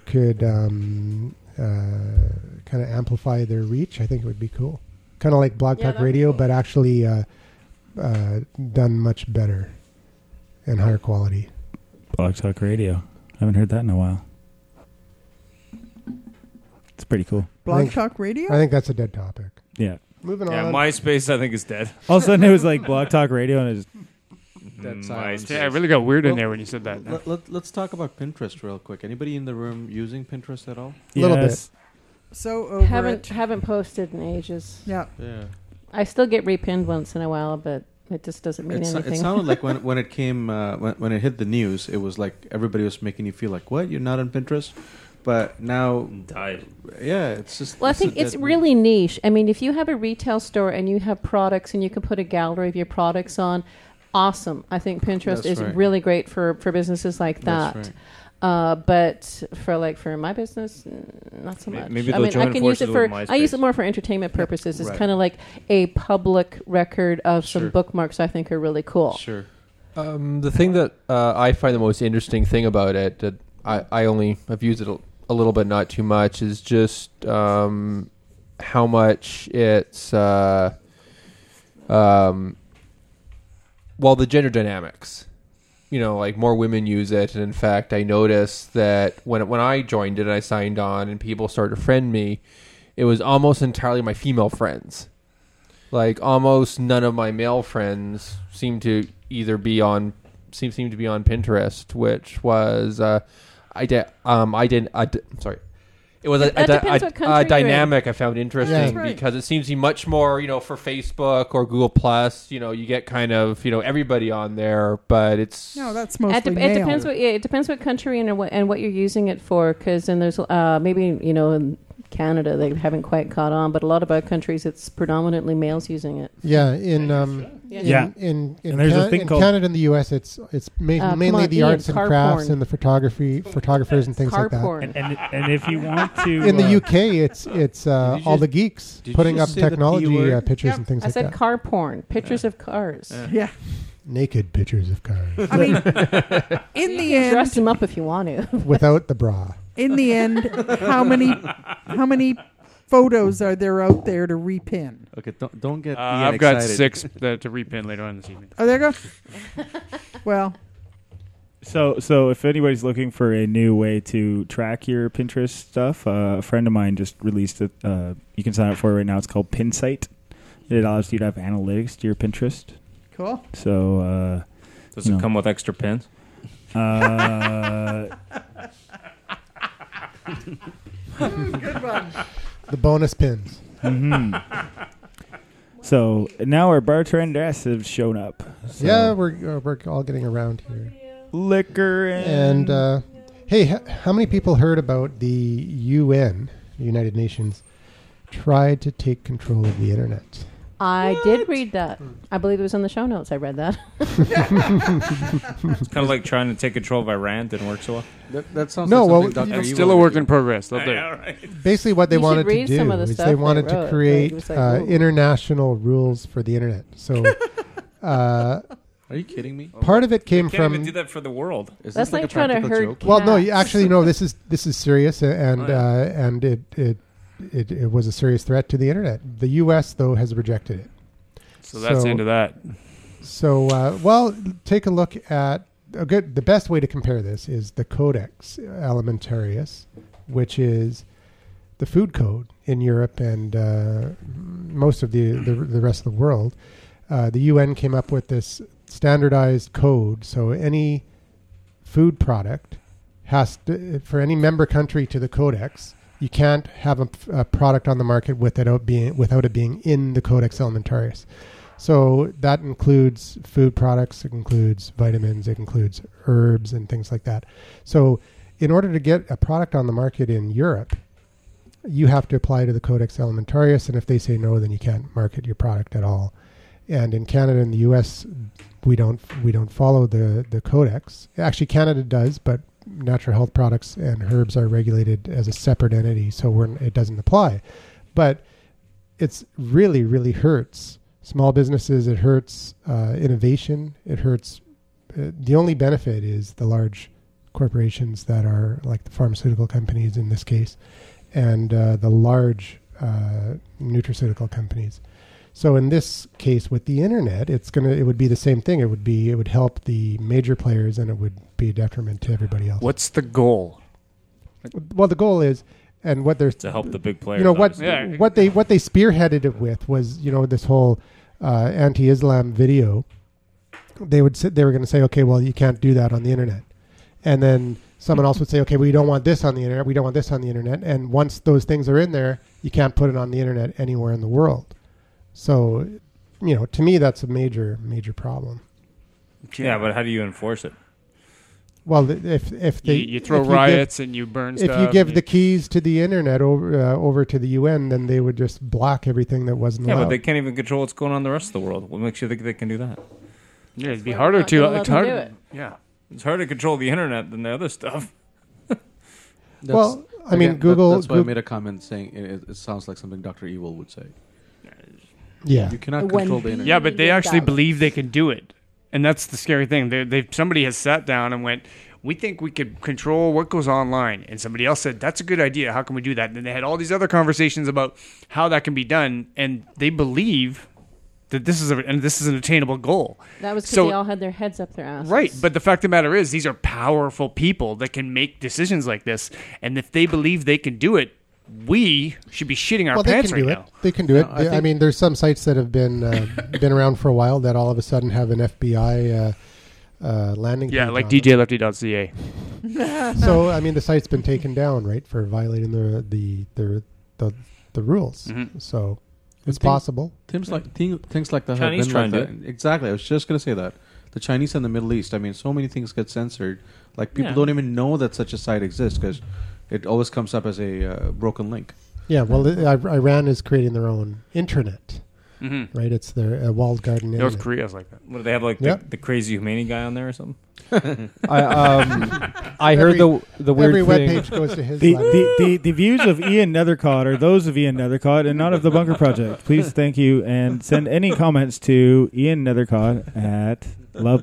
A: could um, uh, kind of amplify their reach, I think it would be cool. Kind of like Blog
C: Yeah,
A: Talk
C: that'd be
A: Radio,
C: cool.
A: but actually uh, uh, done much better and higher quality.
E: Blog Talk Radio. I haven't heard that in a while. It's pretty cool.
A: I
F: Blog
A: think-
F: Talk Radio?
A: I think that's a dead topic.
E: Yeah.
A: Moving
G: Yeah,
A: on.
G: MySpace I think is dead.
E: All of a sudden, it was like Blog Talk Radio, and it was,
B: Dead
G: Mm,
B: silence.
G: MySpace.
D: Yeah, it really got weird in
B: Well,
D: there when you said that.
B: Let, let, let's talk about Pinterest real quick. Anybody in the room using Pinterest at all?
A: Little bit.
E: yes,
F: So over
C: haven't
F: it.
C: haven't posted in ages.
F: Yeah.
B: Yeah.
C: I still get repinned once in a while, but it just doesn't mean
B: It, so-
C: anything.
B: it sounded like when, when it came uh, when, when it hit the news, it was like everybody was making you feel like what you're not on Pinterest, but now
G: Died.
B: yeah, it's just
C: Well, I
B: it's a
C: think it's
B: dead-
C: really niche. I mean, if you have a retail store and you have products and you can put a gallery of your products on, awesome. I think Pinterest
B: That's
C: is
B: right.
C: really great for, for businesses like that.
B: That's right.
C: Uh, but for like for my business, mm, not so
G: May-
C: much.
G: maybe
C: I
G: they'll
C: mean, I
G: join
C: can use it
G: forces
C: for
G: with
C: I use it
G: MySpace.
C: more for entertainment purposes. It's
B: Right.
C: kind of like a public record of some
B: Sure.
C: bookmarks. I think are really cool.
B: Sure.
I: Um, the thing that uh, I find the most interesting thing about it that I, I only have used it a, a little bit, not too much, is just um, how much it's uh, um, well the gender dynamics. You know, like more women use it, and in fact, I noticed that when when I joined it, and I signed on, and people started to friend me. It was almost entirely my female friends like almost none of my male friends seem to either be on seem seem to be on Pinterest, which was uh, I did um I didn't I di- I'm sorry. It was a,
C: That
I: a, di-
C: depends
I: a-
C: what country
I: a
C: you're in.
I: dynamic I found interesting
A: That's
F: right.
I: because it seems to be much more, you know, for Facebook or Google Plus, you know, you get kind of, you know, everybody on there, but it's
F: No, that's mostly
C: It, dep-
F: male.
C: it depends what yeah, it depends what country and what and what you're using it for. Because then there's uh, maybe you know in Canada they haven't quite caught on, but a lot of other countries it's predominantly males using it.
A: Yeah, in um,
E: Yeah.
A: in in, in,
E: And there's a
A: Can-
E: thing
A: in
E: called-
A: Canada and the U.S. It's it's ma-
C: Uh,
A: mainly
C: come on,
A: the
C: Ian,
A: arts and
C: car
A: crafts
C: porn.
A: and the photography photographers and things
C: Car
A: like that.
C: porn.
E: and, and and if you want to,
A: In
E: uh,
A: the UK, it's it's uh,
B: Did you
A: all
B: just-
A: the geeks
B: did you
A: putting up
B: just say the P
A: technology
B: word?
A: uh, pictures
F: Yep.
A: and things
C: I
A: like
C: said
A: that.
C: car porn, pictures of cars.
B: Yeah.
F: Yeah.
A: Naked pictures of cars
F: I mean, in the
C: Dress
F: end,
C: them up if you want to.
A: without the bra.
F: in the end, how many how many photos are there out there to repin?
B: Okay, don't don't get.
D: Uh,
B: Ian
D: I've got
B: excited.
D: six that to repin later on this evening.
F: Oh, there you go. Well,
E: So, so if anybody's looking for a new way to track your Pinterest stuff, uh, a friend of mine just released it. Uh, you can sign up for it right now. It's called Pinsight. It allows you to have analytics to your Pinterest.
F: cool.
E: So, uh,
G: Does it
E: No.
G: come with extra pins?
E: uh,
A: The bonus pins.
E: Mhm. So now our bartenders have shown up. So
A: Yeah, we're uh, we're all getting around here.
E: liquor and,
A: And uh, hey, h- how many people heard about the UN, United Nations, tried to take control of the internet?
C: I did read that.
B: Hmm.
C: I believe it was in the show notes. I read that.
G: It's kind of like trying to take control of Iran. Didn't work so well.
B: That, that sounds
A: No,
B: like
A: well,
B: something Dr.
A: it's
B: Evil
D: Still a
B: would
D: work
B: do.
D: in progress. They'll do it.
A: Basically, what they
C: You should
A: wanted to
C: read some
A: do
C: of the
A: is
C: stuff
A: they
C: they
A: wanted
C: wrote,
A: to
C: like,
A: create
C: it was like,
A: uh,
C: ooh.
A: international rules for the internet. So uh,
B: Are you kidding me?
A: part of it came
G: Can't
A: from
G: even do that for the world.
B: Is
C: That's
B: this
C: like
B: a
C: trying to
B: practical
C: herd
B: joke?
A: Well, no, you
C: Cats.
A: actually no. This is this is serious, a- and
G: Oh, yeah.
A: uh, and it, it it it was a serious threat to the internet. The U.S. though has rejected it.
D: So that's the end of that.
A: So uh, well, take a look at a good. The best way to compare this is the Codex Alimentarius, which is the food code in Europe and uh, most of the, the the rest of the world. Uh, the UN came up with this standardized code, so any food product has to, for any member country to the codex, you can't have a, a product on the market without it being without it being in the codex alimentarius. So that includes food products, it includes vitamins, it includes herbs and things like that. So in order to get a product on the market in Europe, you have to apply to the Codex Alimentarius, and if they say no, then you can't market your product at all. And in Canada and the U.S., we don't we don't follow the the Codex. Actually, Canada does, but natural health products and herbs are regulated as a separate entity, so we're, it doesn't apply. But it's really really hurts small businesses. It hurts uh, innovation. It hurts. Uh, the only benefit is the large corporations that are like the pharmaceutical companies in this case and uh, the large uh, nutraceutical companies. So in this case, with the internet, it's gonna it would be the same thing. It would be it would help the major players, and it would be a detriment to everybody else.
D: What's the goal?
A: Well, the goal is, and what they're
G: to help the big players.
A: you know what
G: obviously.
D: Yeah.
A: what they what they spearheaded it with was you know this whole uh, anti-Islam video. They would sit, they were going to say, okay, well you can't do that on the internet, and then someone else would say, okay, we don't want this on the internet, we don't want this on the internet, and once those things are in there, you can't put it on the internet anywhere in the world. So, you know, to me that's a major major problem.
G: Yeah, but how do you enforce it?
A: Well, th- if if
D: you,
A: they
D: you throw
A: if give-
D: riots and you burn
A: if
D: stuff.
A: you give
D: and
A: the keys to the internet over uh, over to the UN, then they would just block everything that wasn't
G: Yeah,
A: allowed.
G: but they can't even control what's going on in the rest of the world. What makes you think they can do that?
D: yeah, it'd be
C: We're
D: harder
C: not
D: to.
C: gonna let
D: it's
C: them
D: harder.
C: do it.
D: Yeah.
G: It's harder to control the internet than the other stuff.
B: That's-
A: well, I mean,
B: again, that-
A: Google.
B: that's why I
A: Goog-
B: made a comment saying it, it, it sounds like something Dr. Evil would say.
A: yeah,
B: You cannot
C: When
B: control the
C: the-
B: internet.
D: Yeah, but they
C: Yeah,
D: actually
C: that-
D: believe they can do it, and that's the scary thing. They, they somebody has sat down and went, "We think we could control what goes online," and somebody else said, "That's a good idea. How can we do that?" And then they had all these other conversations about how that can be done, and they believe that this is a, and this is an attainable goal.
C: That was because
D: So-
C: they all had their heads up their asses.
D: Right, but the fact of the matter is, these are powerful people that can make decisions like this, and if they believe they can do it, we should be shitting our
A: well, they
D: pants
A: can
D: right
A: do it.
D: now.
A: They can do it.
B: No, I
A: I,
B: think-
A: mean, there's some sites that have been uh, been around for a while that all of a sudden have an FBI uh, uh, landing.
D: Yeah,
A: page
D: like
A: on it.
D: DJLefty.ca.
A: So I mean, the site's been taken down, right, for violating the the the the, the rules.
D: Mhm.
A: So
B: I
A: it's
B: think-
A: possible.
B: Things like thing, things like that
G: Chinese
B: have
G: try
B: been
G: and
B: like that. Exactly. I was just gonna say that the Chinese and the Middle East. I mean, so many things get censored. Like people
G: Yeah.
B: don't even know that such a site exists because it always comes up as a uh, broken link.
A: Yeah. Well, I- Iran is creating their own internet,
D: hmm
A: right? It's their uh, walled garden. internet.
D: North Korea's like that.
G: What do they have like
A: Yeah.
G: the, the crazy Khomeini guy on there or something?
J: I, um, I heard
A: Every-
J: the the weird
A: Every
J: thing.
A: webpage goes to his.
E: the,
A: landing
E: the, the, the views of Ian Nethercott are those of Ian Nethercott and not of the Bunker Project. Please thank you and send any comments to Ian Nethercott at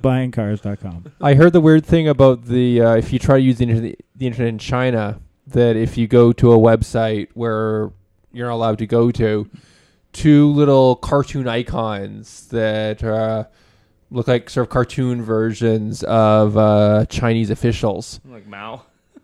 E: lovebuyingcars.com.
J: I heard the weird thing about the uh, if you try to use the, inter- the internet in China, that if you go to a website where you're not allowed to go to, two little cartoon icons that uh, look like sort of cartoon versions of uh, Chinese officials.
G: Like Mao.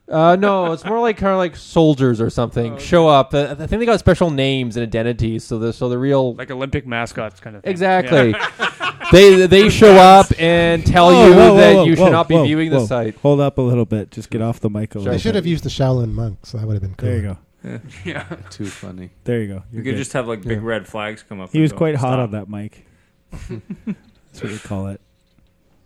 J: Uh, no, it's more like kind of like soldiers or
D: Oh,
J: something show up. Uh, I think they got special names and identities, so the so the real
D: Like Olympic mascots kind of thing.
J: exactly. they they show up and tell
E: Whoa,
J: you
E: whoa, whoa,
J: that
E: whoa,
J: you should
E: whoa,
J: not be
E: whoa,
J: viewing
E: whoa.
J: the site.
E: Hold up a little bit. Just get off the mic a little
A: They should
E: bit.
A: have used the Shaolin monks. That would have been cool.
E: There you go.
D: yeah.
B: Too funny.
E: There you go.
G: You
E: You're
G: could
E: good.
G: just have like big
A: Yeah.
G: red flags come up.
E: he
G: and
E: was
G: go,
E: quite hot
G: "Stop."
E: on that mic. That's what we call it.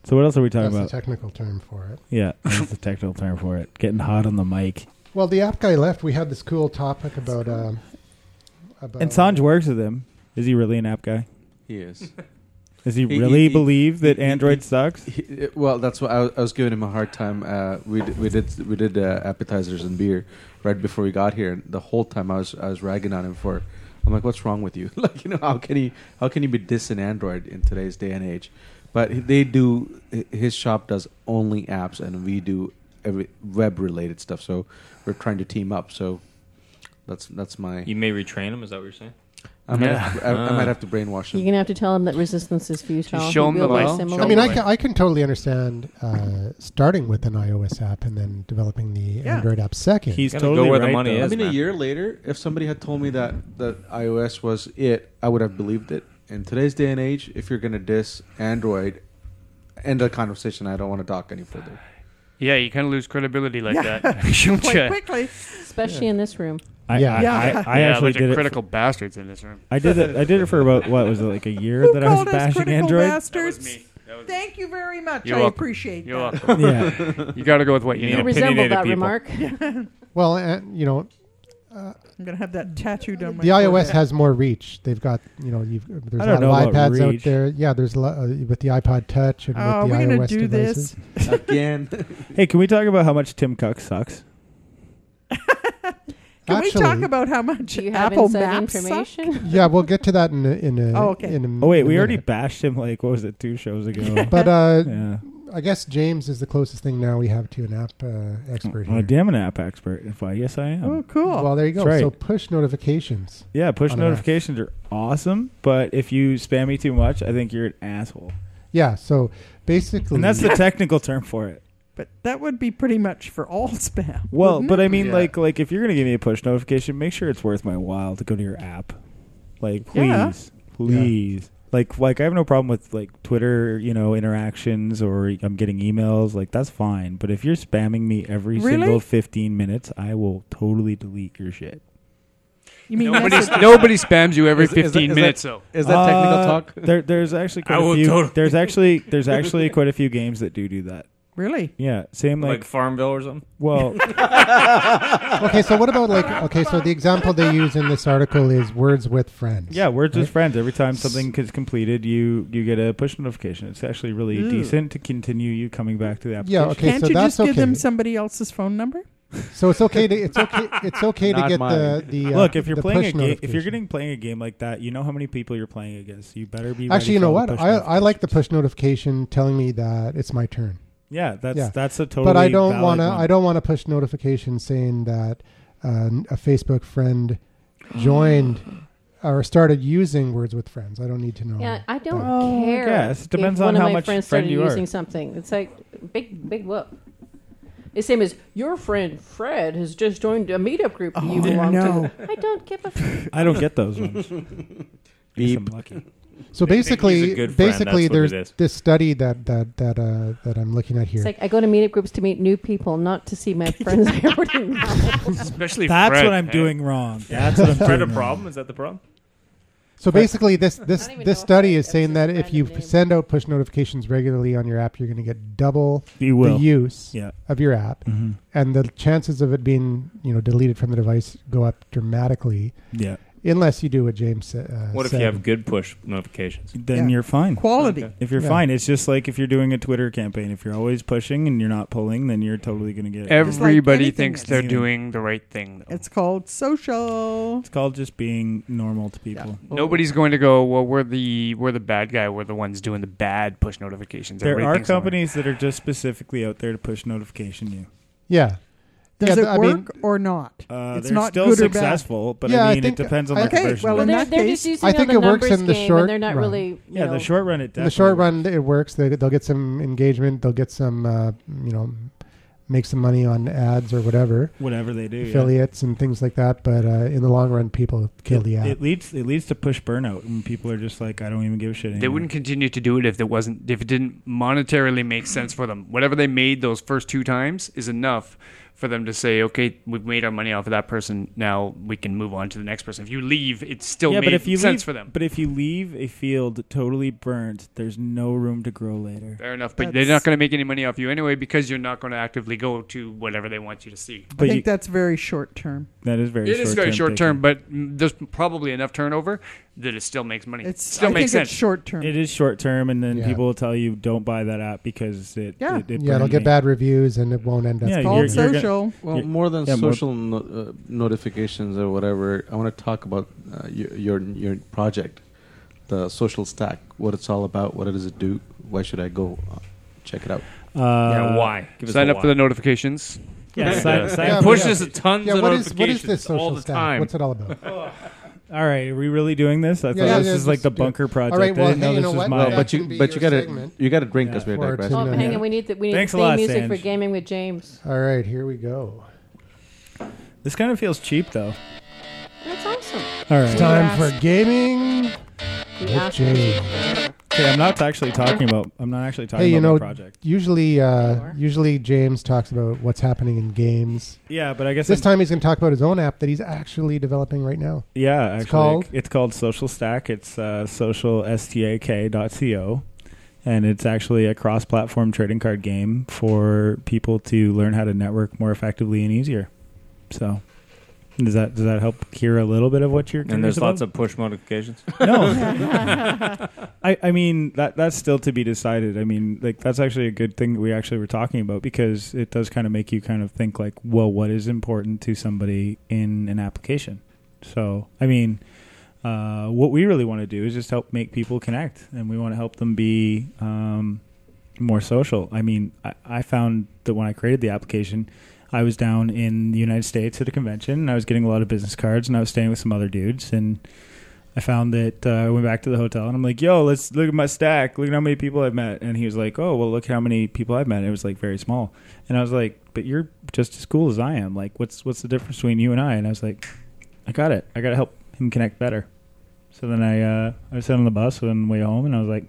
E: So what else are we talking
A: That's the
E: about?
A: technical term for it.
E: yeah, that's the technical term for it. Getting hot on the mic.
A: Well, the app guy left. We had this cool topic about. Um, about
E: And Sanj works with him. Is he really an app guy?
B: He is.
E: Does he
B: He-
E: really
B: he- he-
E: believe that
B: he- he-
E: Android
B: he-
E: sucks?
B: He- well, that's what I, was- I was giving him a hard time. Uh, we did, we did we did uh, appetizers and beer right before we got here, and the whole time I was I was ragging on him for. I'm like, what's wrong with you? like, you know, how can he how can he be dissing Android in today's day and age? But he- they do. hi- His shop does only apps, and we do every web related stuff. So we're trying to team up. So that's that's my.
G: You may retrain him. Is that what you're saying?
B: I might,
D: Yeah.
B: have to, I, I
G: Ah.
B: might have to brainwash
C: You're
B: him.
C: gonna have to tell him that resistance is futile.
D: Just show
C: Oh, He
D: him
C: will
D: the
C: be
D: light.
C: similar.
D: Show
A: I mean, I
D: Right.
A: can, I can totally understand uh, starting with an iOS app and then developing the
F: Yeah.
A: Android app second.
E: He's
G: Gotta go
E: totally
G: where the
E: right,
G: money
E: though.
G: is.
B: I mean, a
G: man.
B: year later, if somebody had told me that that iOS was it, I would have believed it. In today's day and age, if you're going to diss Android, end the conversation. I don't want to talk any further.
D: Yeah, you kind of lose credibility like
F: Yeah.
D: that. Shoot
F: Quite
D: ya.
F: quickly.
C: especially in this room.
E: I,
A: Yeah.
E: I,
F: Yeah.
E: I, I
D: yeah,
E: actually
D: a bunch
E: did
D: of
E: it.
D: critical bastards in this room.
E: I did it. I did it for about what was it like a year that I was
F: Called us
E: bashing
F: critical
E: Android.
D: That
F: bastards.
D: was me. That was me.
F: Thank you very much.
D: You're
F: I
D: welcome.
F: appreciate
D: You're
F: that.
D: welcome.
E: yeah,
D: You got to go with what you
G: You
D: know.
C: You
G: know,
C: resemble
G: opinionated
C: that
G: people.
C: remark.
A: well, and, you know,
F: I'm gonna have that tattooed on my.
A: the iOS
F: forehead.
A: has more reach. They've got you know, you've, there's
E: I
A: a
E: don't
A: lot of
E: know about
A: iPads out
E: reach.
A: there. Yeah, there's a lot uh, with the iPod Touch and
F: Oh,
A: with
F: we're
A: the
F: gonna
A: iOS
F: do
A: devices.
F: this.
B: Again,
E: Hey, can we talk about how much Tim Cook sucks?
F: Can
A: Actually,
F: we talk about how much
C: Do you have
F: Apple
C: inside
F: Maps suck?
C: information?
A: Yeah, we'll get to that in a, in a.
F: Oh, okay.
A: In a,
E: Oh wait,
A: in a
E: we already
A: minute.
E: bashed him like what was it two shows
G: Oh.
E: ago?
A: But uh,
E: yeah,
A: I guess James is the closest thing now we have to an app uh, expert
E: I
A: here.
E: am an app expert. If I yes I am.
F: Oh, cool.
A: Um, Well, there you go.
E: That's right.
A: So push notifications.
E: Yeah, push
A: On an app.
E: notifications are awesome, but if you spam me too much, I think you're an asshole.
A: Yeah. So basically,
E: And that's the technical term for it.
F: but that would be pretty much for all spam.
E: Well,
F: wouldn't
E: but
F: it?
E: I mean,
B: Yeah.
E: like, like if you're gonna give me a push notification, make sure it's worth my while to go to your app. Like, please,
F: Yeah.
E: please. Like, like I have no problem with like Twitter, you know, interactions or I'm getting emails. Like, that's fine. But if you're spamming me every
F: Really?
E: single 15 minutes, I will totally delete your shit.
F: you mean
D: Nobody,
F: that's a-
D: nobody spams you every
B: Is- is that-
D: 15
B: is that-
D: minutes, though.
B: is that
E: Uh,
B: technical talk?
E: There, there's actually quite
G: I
E: a
G: will
E: few.
G: totally-
E: There's actually there's actually quite a few games that do do that.
F: really?
E: Yeah, same
G: Like,
E: like,
G: Farmville or something.
E: well,
A: okay. So what about like okay? So the example they use in this article is words with friends.
E: yeah, we're just
A: Right?
E: friends. Every time something is completed, you you get a push notification. It's actually really
F: Ew.
E: decent to continue you coming back to the application.
A: Mm. Yeah. Okay.
F: Can't
A: so
F: you
A: that's
F: just
A: okay.
F: give them somebody else's phone number?
A: so it's okay to it's okay it's okay to
B: Not
A: get the
B: mine.
A: the uh,
E: Look, if you're
A: the
E: playing
A: push
E: a game, if you're
A: notification.
E: getting playing a game like that, you know how many people you're playing against. You better be ready
A: Actually, you
E: for
A: know
E: all the
A: what?
E: push
A: I, I like the
E: notifications.
A: push notification telling me that it's my turn.
E: Yeah, that's
A: Yeah.
E: that's a totally.
A: but I don't
E: want
A: want to. I don't want to push notification saying that uh, a Facebook friend joined or started using Words with Friends. I don't need to know.
C: Yeah, I don't
E: Oh, I
C: care.
E: guess.
C: if
E: Depends
C: one
E: on
C: of
E: how
C: my
E: much
C: friends
E: friend
C: started
E: you are.
C: using something. It's like big, big whoop. It's same as your friend Fred has just joined a meetup group that you
F: Oh,
C: belong
F: no.
C: to. I don't give a. F-
E: I don't get those ones. Guess I'm lucky.
A: So
G: They think he's a
A: basically,
G: good friend,
A: basically,
G: that's what it
A: there's
G: is.
A: this study that that that uh, that I'm looking at here.
C: it's like I go to meetup groups to meet new people, not to see my friends. I already know.
D: Especially
E: That's
D: Fred,
E: what I'm
D: eh?
E: doing wrong. That's what I'm doing.
G: Fred a
E: wrong.
G: problem? Is that the problem?
A: so basically, this
C: don't
A: this
C: even know if
A: this study
C: I
A: is saying that
C: accepted
A: if
C: random
A: you
C: names.
A: send out push notifications regularly on your app, you're going to get double
E: You will.
A: the use
E: Yeah.
A: of your app,
E: hmm
A: and the chances of it being you know deleted from the device go up dramatically.
E: Yeah.
A: Unless you do what James sa- uh,
G: What if
A: said.
G: you have good push notifications?
E: Then
F: Yeah.
E: you're fine.
F: Quality.
E: If you're
A: Yeah.
E: fine, it's just like if you're doing a Twitter campaign. If you're always pushing and you're not pulling, then you're totally going to get.
F: Just like
D: Everybody
F: anything
D: thinks
F: else.
D: they're
E: Yeah.
D: doing the right thing, though.
F: It's called social.
E: it's called just being normal to people.
D: Nobody's going to go. Well, we're the we're the bad guy. We're the ones doing the bad push notifications.
E: There
D: Everybody
E: are
D: thinks that way.
E: companies that are just specifically out there to push notification you.
A: Yeah.
F: Does
A: Yeah,
F: it
A: I
F: work
A: mean-
F: or not?
E: Uh,
F: It's
E: they're
F: not
E: still
F: good or bad.
E: successful, but
A: Yeah,
E: I
A: I
E: mean,
A: think-
E: it depends on
A: I-
E: the
A: Okay,
E: conversion.
F: well,
E: rate.
F: in
C: they're,
F: that
C: they're
F: case,
C: just using
A: I
C: all
A: think
C: the
A: it works
C: numbers
A: in the
C: game,
A: short
C: and they're not
A: run.
C: really. You
E: yeah,
C: know,
E: the short run it
A: In
E: definitely
A: the short
E: works.
A: run, it works. They, they'll get some engagement. They'll get some, uh, you know, make some money on ads or whatever,
E: whatever they do, yeah.
A: affiliates and things like that. But uh, in the long run, people kill the app.
E: It leads it leads to push burnout, and people are just like, I don't even give a shit. Anymore.
D: They wouldn't continue to do it if it wasn't if it didn't monetarily make sense for them. Whatever they made those first two times is enough for them to say, okay, we've made our money off of that person. Now we can move on to the next person. If you leave, it still
E: yeah,
D: made
E: but if you
D: sense
E: leave,
D: for them.
E: But if you leave a field totally burnt, there's no room to grow later.
D: Fair enough, but
F: That's-
D: they're not going to make any money off you anyway because you're not going to actively go to whatever they want you to see.
E: But
F: I
E: you-
F: think that's very short term.
E: that is very.
D: It
E: short
D: is very
E: term
D: short term, but mm, there's probably enough turnover that it still makes money.
F: It's
D: still
F: I
D: makes
F: think
D: sense.
F: it's short term.
E: It is short term, and then
A: Yeah.
E: people will tell you don't buy that app because it.
F: Yeah.
E: it, it
A: yeah, it'll
E: burned
A: get
E: me."
A: bad reviews and it won't end up.
E: Yeah,
F: Called
E: you're- you're gonna-
F: social.
B: Well,
E: Yeah.
B: more than
E: Yeah, more-
B: social no- uh, notifications or whatever, I want to talk about uh, your, your your project, the social stack, what it's all about, what does it do, why should I go uh, check it out?
E: Uh,
G: yeah, why? Give us
D: Sign
G: a
D: up for
G: why.
D: the notifications.
E: Yeah, sign- sign
A: Yeah,
E: up for
G: Push
A: yeah.
G: us tons
A: Yeah,
G: of
A: what is
G: notifications
A: what is this
G: all
A: social
G: the
A: stack?
G: time.
A: What's it all about?
E: All right, are we really doing this? I thought
A: Yeah,
E: this
A: yeah,
E: is like the
A: just do it.
E: bunker project.
A: All right, well,
E: I didn't
A: hey,
E: know
A: you
E: this
A: know what?
E: was my.
A: Yeah.
B: but you
A: can be
B: but
A: your
B: you got to
A: segment.
B: you got to drink
E: Yeah.
B: as we're
A: For it to
B: digressing.
A: know.
C: Oh, hang
A: Yeah.
C: on. We need the, we need
E: Thanks a
C: theme
E: lot,
C: music for
E: Sanj.
C: gaming with James.
A: All right, here we go.
E: this kind of feels cheap, though.
C: That's awesome.
E: All
A: It's
E: right.
A: time for gaming
C: We
A: with
C: asked
A: James.
E: Okay, I'm not actually talking about. I'm not actually talking
A: Hey, you
E: about
A: know,
E: my project.
A: usually, uh,
C: Sure.
A: usually James talks about what's happening in games.
E: Yeah, but I guess
A: This
E: I'm-
A: time, he's going to talk about his own app that he's actually developing right now.
E: Yeah, actually, it's
A: called?
E: called, Social Stack. It's uh, socialstak.co, and it's actually a cross-platform trading card game for people to learn how to network more effectively and easier. So, does that does that help hear a little bit of what you're?
G: And there's lots of push notifications.
E: no. I, I mean that that's still to be decided. I mean, like that's actually a good thing that we actually were talking about because it does kind of make you kind of think like, well, what is important to somebody in an application? So, I mean, uh, what we really want to do is just help make people connect, and we want to help them be um, more social. I mean, I, I found that when I created the application, I was down in the United States at a convention, and I was getting a lot of business cards, and I was staying with some other dudes, and I found that uh, I went back to the hotel, and I'm like, "Yo, let's look at my stack. Look at how many people I've met." And he was like, "Oh, well, look how many people I've met." And it was like very small, and I was like, "But you're just as cool as I am. Like, what's what's the difference between you and I?" And I was like, "I got it. I got to help him connect better." So then I uh, I sat on the bus on the way home, and I was like,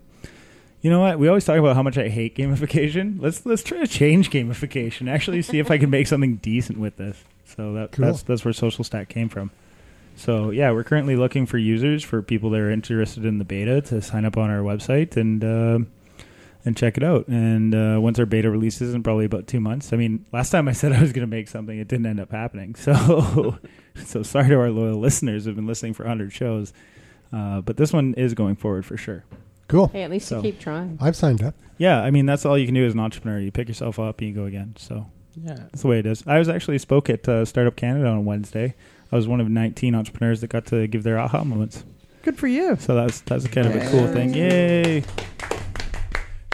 E: you know what? We always talk about how much I hate gamification. Let's let's try to change gamification. Actually, see if I can make something decent with this. So that,
A: Cool.
E: that's that's where Social Stack came from. So yeah, we're currently looking for users for people that are interested in the beta to sign up on our website and uh, and check it out. And uh, once our beta releases in probably about two months, I mean, last time I said I was going to make something, it didn't end up happening. So so sorry to our loyal listeners who've been listening for hundred shows, uh, but this one is going forward for sure.
A: Cool.
C: Hey, at least
E: So.
C: you keep trying.
A: I've signed up.
E: Yeah, I mean that's all you can do as an entrepreneur. You pick yourself up and you go again. So
B: Yeah.
E: that's the way it is. I was actually spoke at uh, Startup Canada on Wednesday. I was one of 19 entrepreneurs that got to give their aha moments.
F: Good for you.
E: So that's that's kind of a cool thing. Yay!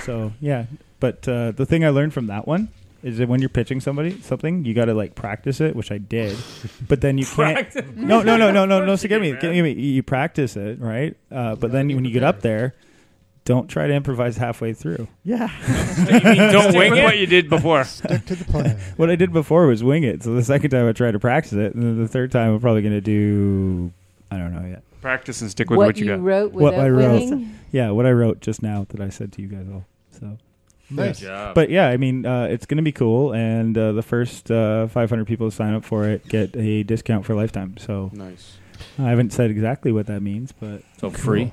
E: So yeah, but uh, the thing I learned from that one is that when you're pitching somebody something, you got to like practice it, which I did. But then you can't. No, no, no, no, no, no. So give me, give me. You practice it, right? Uh, but then when you get up there, don't try to improvise halfway through.
F: Yeah.
D: Don't wing what you did before.
A: Stick to the plan.
E: What I did before was wing it. So the second time I tried to practice it, and then the third time I'm probably going to do. I don't know yet.
D: Practice and stick with
C: What,
D: what,
C: you,
D: you got.
C: wrote
E: What
C: without
E: I wrote.
C: winning.
E: Yeah, what I wrote just now that I said to you guys all. So,
A: nice.
G: job.
E: but yeah, I mean, uh, it's going to be cool, and uh, the first uh, 500 people to sign up for it get a discount for lifetime. So
B: Nice.
E: I haven't said exactly what that means, but
G: so free.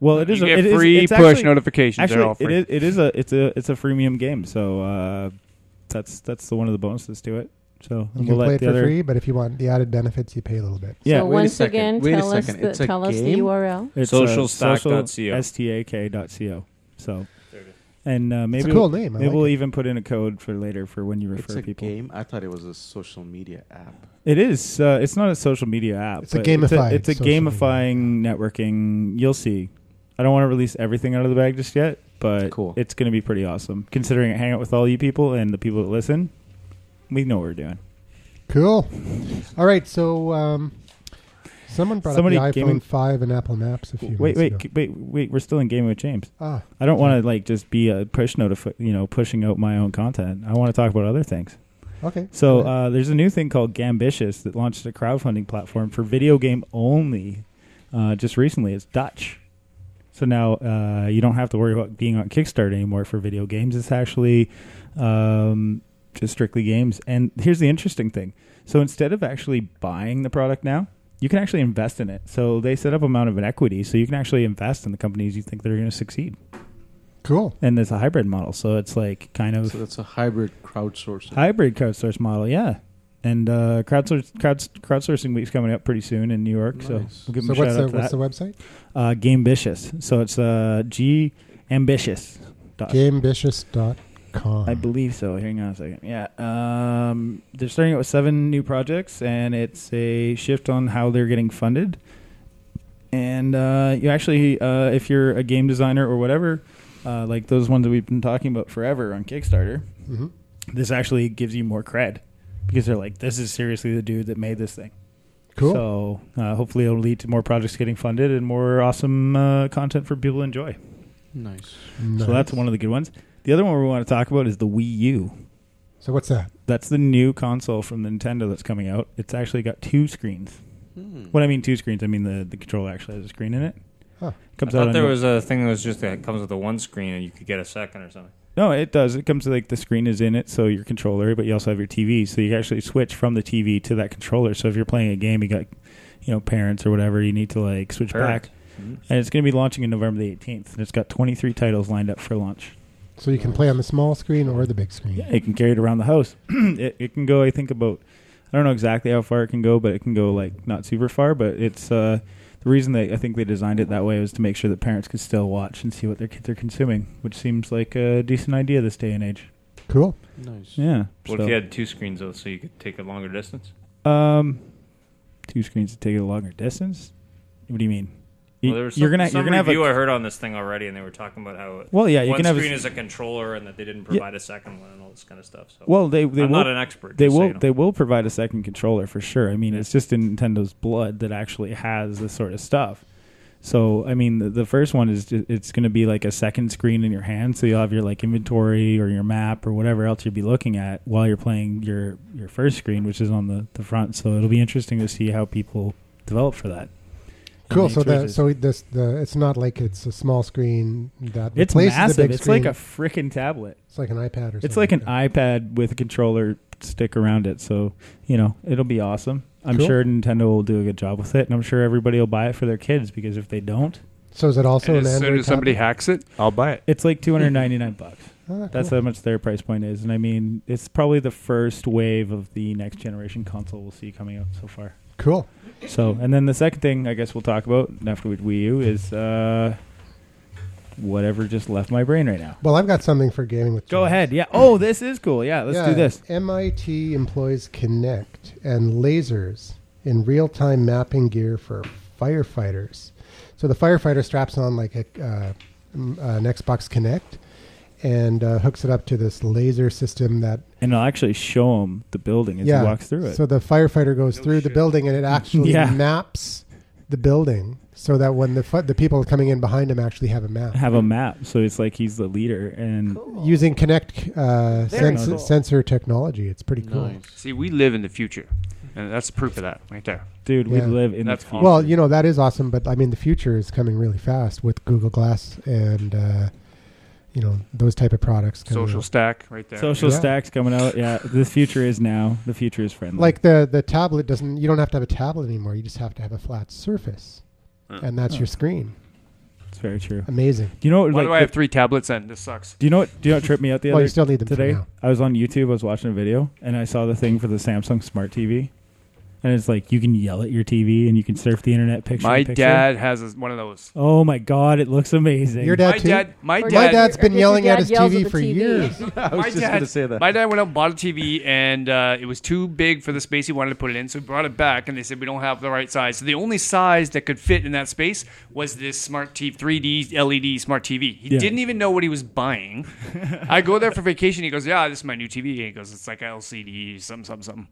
E: well, it is.
D: you
E: a,
D: get
E: it is-
D: free
E: it's
D: push
E: actually-
D: notifications.
E: Actually,
D: They're all free.
E: it is. It is a. It's a. It's a freemium game. So uh, that's that's the one of the bonuses to it. So
A: You
E: and
A: can
E: we'll
A: play
E: let
A: it
E: the
A: for
E: other.
A: free, but if you want the added benefits, you pay a little bit.
E: Yeah,
C: so
B: wait a
C: once
B: second.
C: again,
B: Wait a
C: tell us
B: second.
C: the,
B: It's a
C: tell us the
B: game?
C: URL.
E: It's
G: Social
E: uh,
G: stack
E: social
G: dot co.
E: STAK.co. So, and uh,
A: It's
E: maybe
A: a cool
E: we'll,
A: name. I
E: maybe
A: like
E: we'll
A: it.
E: even put in a code for later for when you
B: It's
E: refer
B: a
E: people.
B: game. I thought it was a social media app.
E: It is. Uh, it's not a social media app.
A: It's a
E: but
A: gamified
E: It's a,
A: social media.
E: gamifying networking. You'll see. I don't want to release everything out of the bag just yet, but
B: Cool.
E: it's going to be pretty awesome. Considering I hang out with all you people and the people that listen, we know what we're doing.
A: Cool. All right, so um, someone brought
E: Somebody
A: up the iPhone
E: gaming-
A: 5 and Apple Maps a few
E: Wait,
A: minutes
E: wait,
A: ago.
E: c- wait, wait. We're still in game with James.
A: Ah,
E: I don't want to like just be a push notif- you know, pushing out my own content. I want to talk about other things.
A: okay.
E: So
A: All right.
E: uh, there's a new thing called Gambitious that launched a crowdfunding platform for video game only uh, just recently. It's Dutch. So now uh, you don't have to worry about being on Kickstarter anymore for video games. It's actually um, just strictly games. And here's the interesting thing: so instead of actually buying the product now, you can actually invest in it. So they set up amount of an equity, so you can actually invest in the companies you think that are going to succeed.
A: Cool.
E: And it's a hybrid model, so it's like kind of
B: So that's a hybrid crowdsourcing.
E: hybrid crowdsource model, yeah. And uh, crowdsource, crowds, crowdsourcing week's coming up pretty soon in New York, so
B: Nice.
E: we'll give them
A: So
E: a shout
A: what's the
E: out for
A: what's
E: that.
A: the website?
E: uh, Gamebitious, so it's uh, G ambitious. dot
A: Gamebitious.com.
E: I believe so. Hang on a second. Yeah, um, they're starting out with seven new projects, and it's a shift on how they're getting funded. And uh, you actually, uh, if you're a game designer or whatever, uh, like those ones that we've been talking about forever on Kickstarter,
A: Mhm.
E: this actually gives you more cred because they're like, this is seriously the dude that made this thing.
A: Cool.
E: So uh, hopefully, it'll lead to more projects getting funded and more awesome uh, content for people to enjoy.
B: Nice.
E: So that's one of the good ones. The other one we want to talk about is the Wii U.
A: So what's that?
E: That's the new console from Nintendo that's coming out. It's actually got two screens.
G: Hmm.
E: When I mean two screens, I mean the, the controller actually has a screen in it.
A: Huh.
E: Comes
G: I
E: out
G: thought
E: on
G: there
E: your-
G: was a thing that was just that comes with a one screen and you could get a second or something.
E: no, it does. It comes to like the screen is in it, so your controller, but you also have your TV, so you can actually switch from the TV to that controller. So if you're playing a game, you got you know parents or whatever, you need to like switch
G: Parents.
E: back. And it's going to be launching in November the 18th. And it's got 23 titles lined up for launch.
A: So you can play on the small screen or the big screen.
E: Yeah, it can carry it around the house. it, it can go, I think, about I don't know exactly how far it can go, but it can go like not super far. But it's uh, the reason they I think they designed it that way was to make sure that parents could still watch and see what their kids are consuming, which seems like a decent idea this day and age.
A: Cool.
B: Nice.
E: Yeah.
G: What
E: so,
G: if you had two screens though, so you could take a longer distance?
E: um, two screens to take it a longer distance? What do you mean? You-
G: Well, there was some,
E: you're gonna
G: some
E: you're gonna have
G: review
E: a,
G: I heard on this thing already, and they were talking about how
E: well yeah you
G: one
E: can have a,
G: screen is a controller and that they didn't provide a second one and all this kind of stuff. So
E: well they they
G: I'm
E: will
G: not an expert.
E: they
G: just so
E: will
G: you know.
E: they will provide a second controller for sure. I mean,
G: Yeah.
E: it's just in Nintendo's blood that actually has this sort of stuff. So I mean, the, the first one is ju- it's going to be like a second screen in your hand, so you'll have your like inventory or your map or whatever else you'll be looking at while you're playing your your first screen, which is on the the front. So it'll be interesting to see how people develop for that.
A: Cool.
E: And
A: So
E: make
A: the
E: choices.
A: so this the it's not like it's a small screen that replaces
E: it's
A: the
E: massive.
A: big
E: It's
A: screen.
E: like a freaking tablet.
A: it's like an iPad or something.
E: It's like an iPad with a controller stick around it, so you know it'll be awesome. I'm
A: Cool.
E: sure Nintendo will do a good job with it, and I'm sure everybody will buy it for their kids because if they don't,
A: So is it also
D: and
A: an
D: as
A: Android
D: soon as somebody
A: tablet?
D: hacks it,
I: I'll buy it.
E: it's like 299 bucks.
A: Ah, cool.
E: That's how much their price point is, and I mean it's probably the first wave of the next generation console we'll see coming out so far.
A: cool.
E: So, and then the second thing I guess we'll talk about after we Wii U is uh, whatever just left my brain right now.
A: Well, I've got something for gaming with.
E: Go
A: Joy.
E: ahead, yeah. Oh, this is cool. Yeah, let's do
A: Yeah,
E: this.
A: MIT employs Kinect and lasers in real-time mapping gear for firefighters. So the firefighter straps on like a, uh, m- an Xbox Kinect and uh, hooks it up to this laser system that
E: And I'll actually show him the building as he walks through it.
A: So the firefighter goes through the building, and it actually
E: Yeah.
A: maps the building so that when the fi- the people coming in behind him actually have a map.
E: have a map, so it's like he's the leader. And
A: Using Connect uh,
E: Very
A: sens-
E: cool.
A: sensor technology, it's pretty cool.
B: Nice.
D: see, we live in the future, and that's proof of that right there.
E: dude, we
A: Yeah.
E: live in
D: That's
E: the
D: awesome.
A: Well, you know that is awesome, but I mean the future is coming really fast with Google Glass and uh, you know those type of products. coming
D: Social
A: out.
D: stack right there.
E: social
A: Yeah.
E: stacks coming out. Yeah, the future is now. The future is friendly.
A: like the the tablet doesn't. You don't have to have a tablet anymore. You just have to have a flat surface,
D: Huh.
A: and that's
E: Huh.
A: your screen.
E: it's very true.
A: Amazing.
E: Do you know? What,
D: Why
E: like,
D: do I have three tablets then? This sucks.
E: do you know what? Do you know what tripped me out the
A: well,
E: other
A: you still need them for
E: today?
A: now.
E: I was on YouTube. I was watching a video, and I saw the thing for the Samsung Smart TV, and it's like you can yell at your TV, and you can surf the internet picture.
D: My
E: in picture.
D: dad has a, one of those.
E: Oh my god, it looks amazing.
A: Your
D: My
A: dad too.
D: dad, my
C: Or
A: My
D: dad,
C: does
A: dad's
C: your-
A: been
C: or does your
A: yelling at
C: dad
A: his
C: yells
A: TV
C: at the
A: for
C: TV?
A: years.
B: I was
D: My
B: just
D: dad-
B: going to say that.
D: My dad went out and bought a TV, and uh, it was too big for the space he wanted to put it in. So he brought it back, and they said we don't have the right size. So the only size that could fit in that space was this smart TV, 3D LED E smart TV. He
E: Yeah.
D: didn't even know what he was buying. I go there for vacation. He goes, "Yeah, this is my new TV." He goes, "It's like a LCD, something, something, something."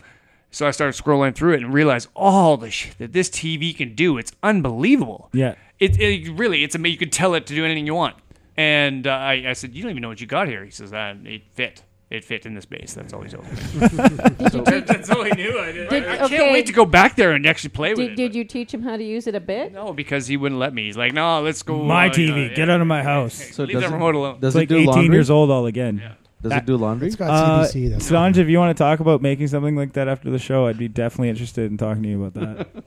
D: So I started scrolling through it and realized all the shit that this TV can do. It's unbelievable.
E: Yeah.
D: It, it really, it's amazing. You could tell it to do anything you want. And uh, I, I said, you don't even know what you got here. He says, uh, it fit. It fit in the space. That's all he told me. That's all he knew. I, did,
C: Did-
D: I, I
C: okay.
D: can't wait to go back there and actually play with
C: Did,
D: it.
C: did
D: but-
C: you teach him how to use it a bit?
D: No, because he wouldn't let me. He's like, no, let's go.
E: my
D: uh,
E: TV,
D: uh,
E: get
D: yeah.
E: out of my house.
B: So
D: Leave that
B: does it-
D: remote alone.
B: Does
E: It's like
B: it do
E: 18
B: laundry?
E: years old all again.
B: Does
E: That-
B: it do laundry?
A: It's got
E: Uh,
A: CBC. That's
E: Sanj, if you want to talk about making something like that after the show, I'd be definitely interested in talking to you about that.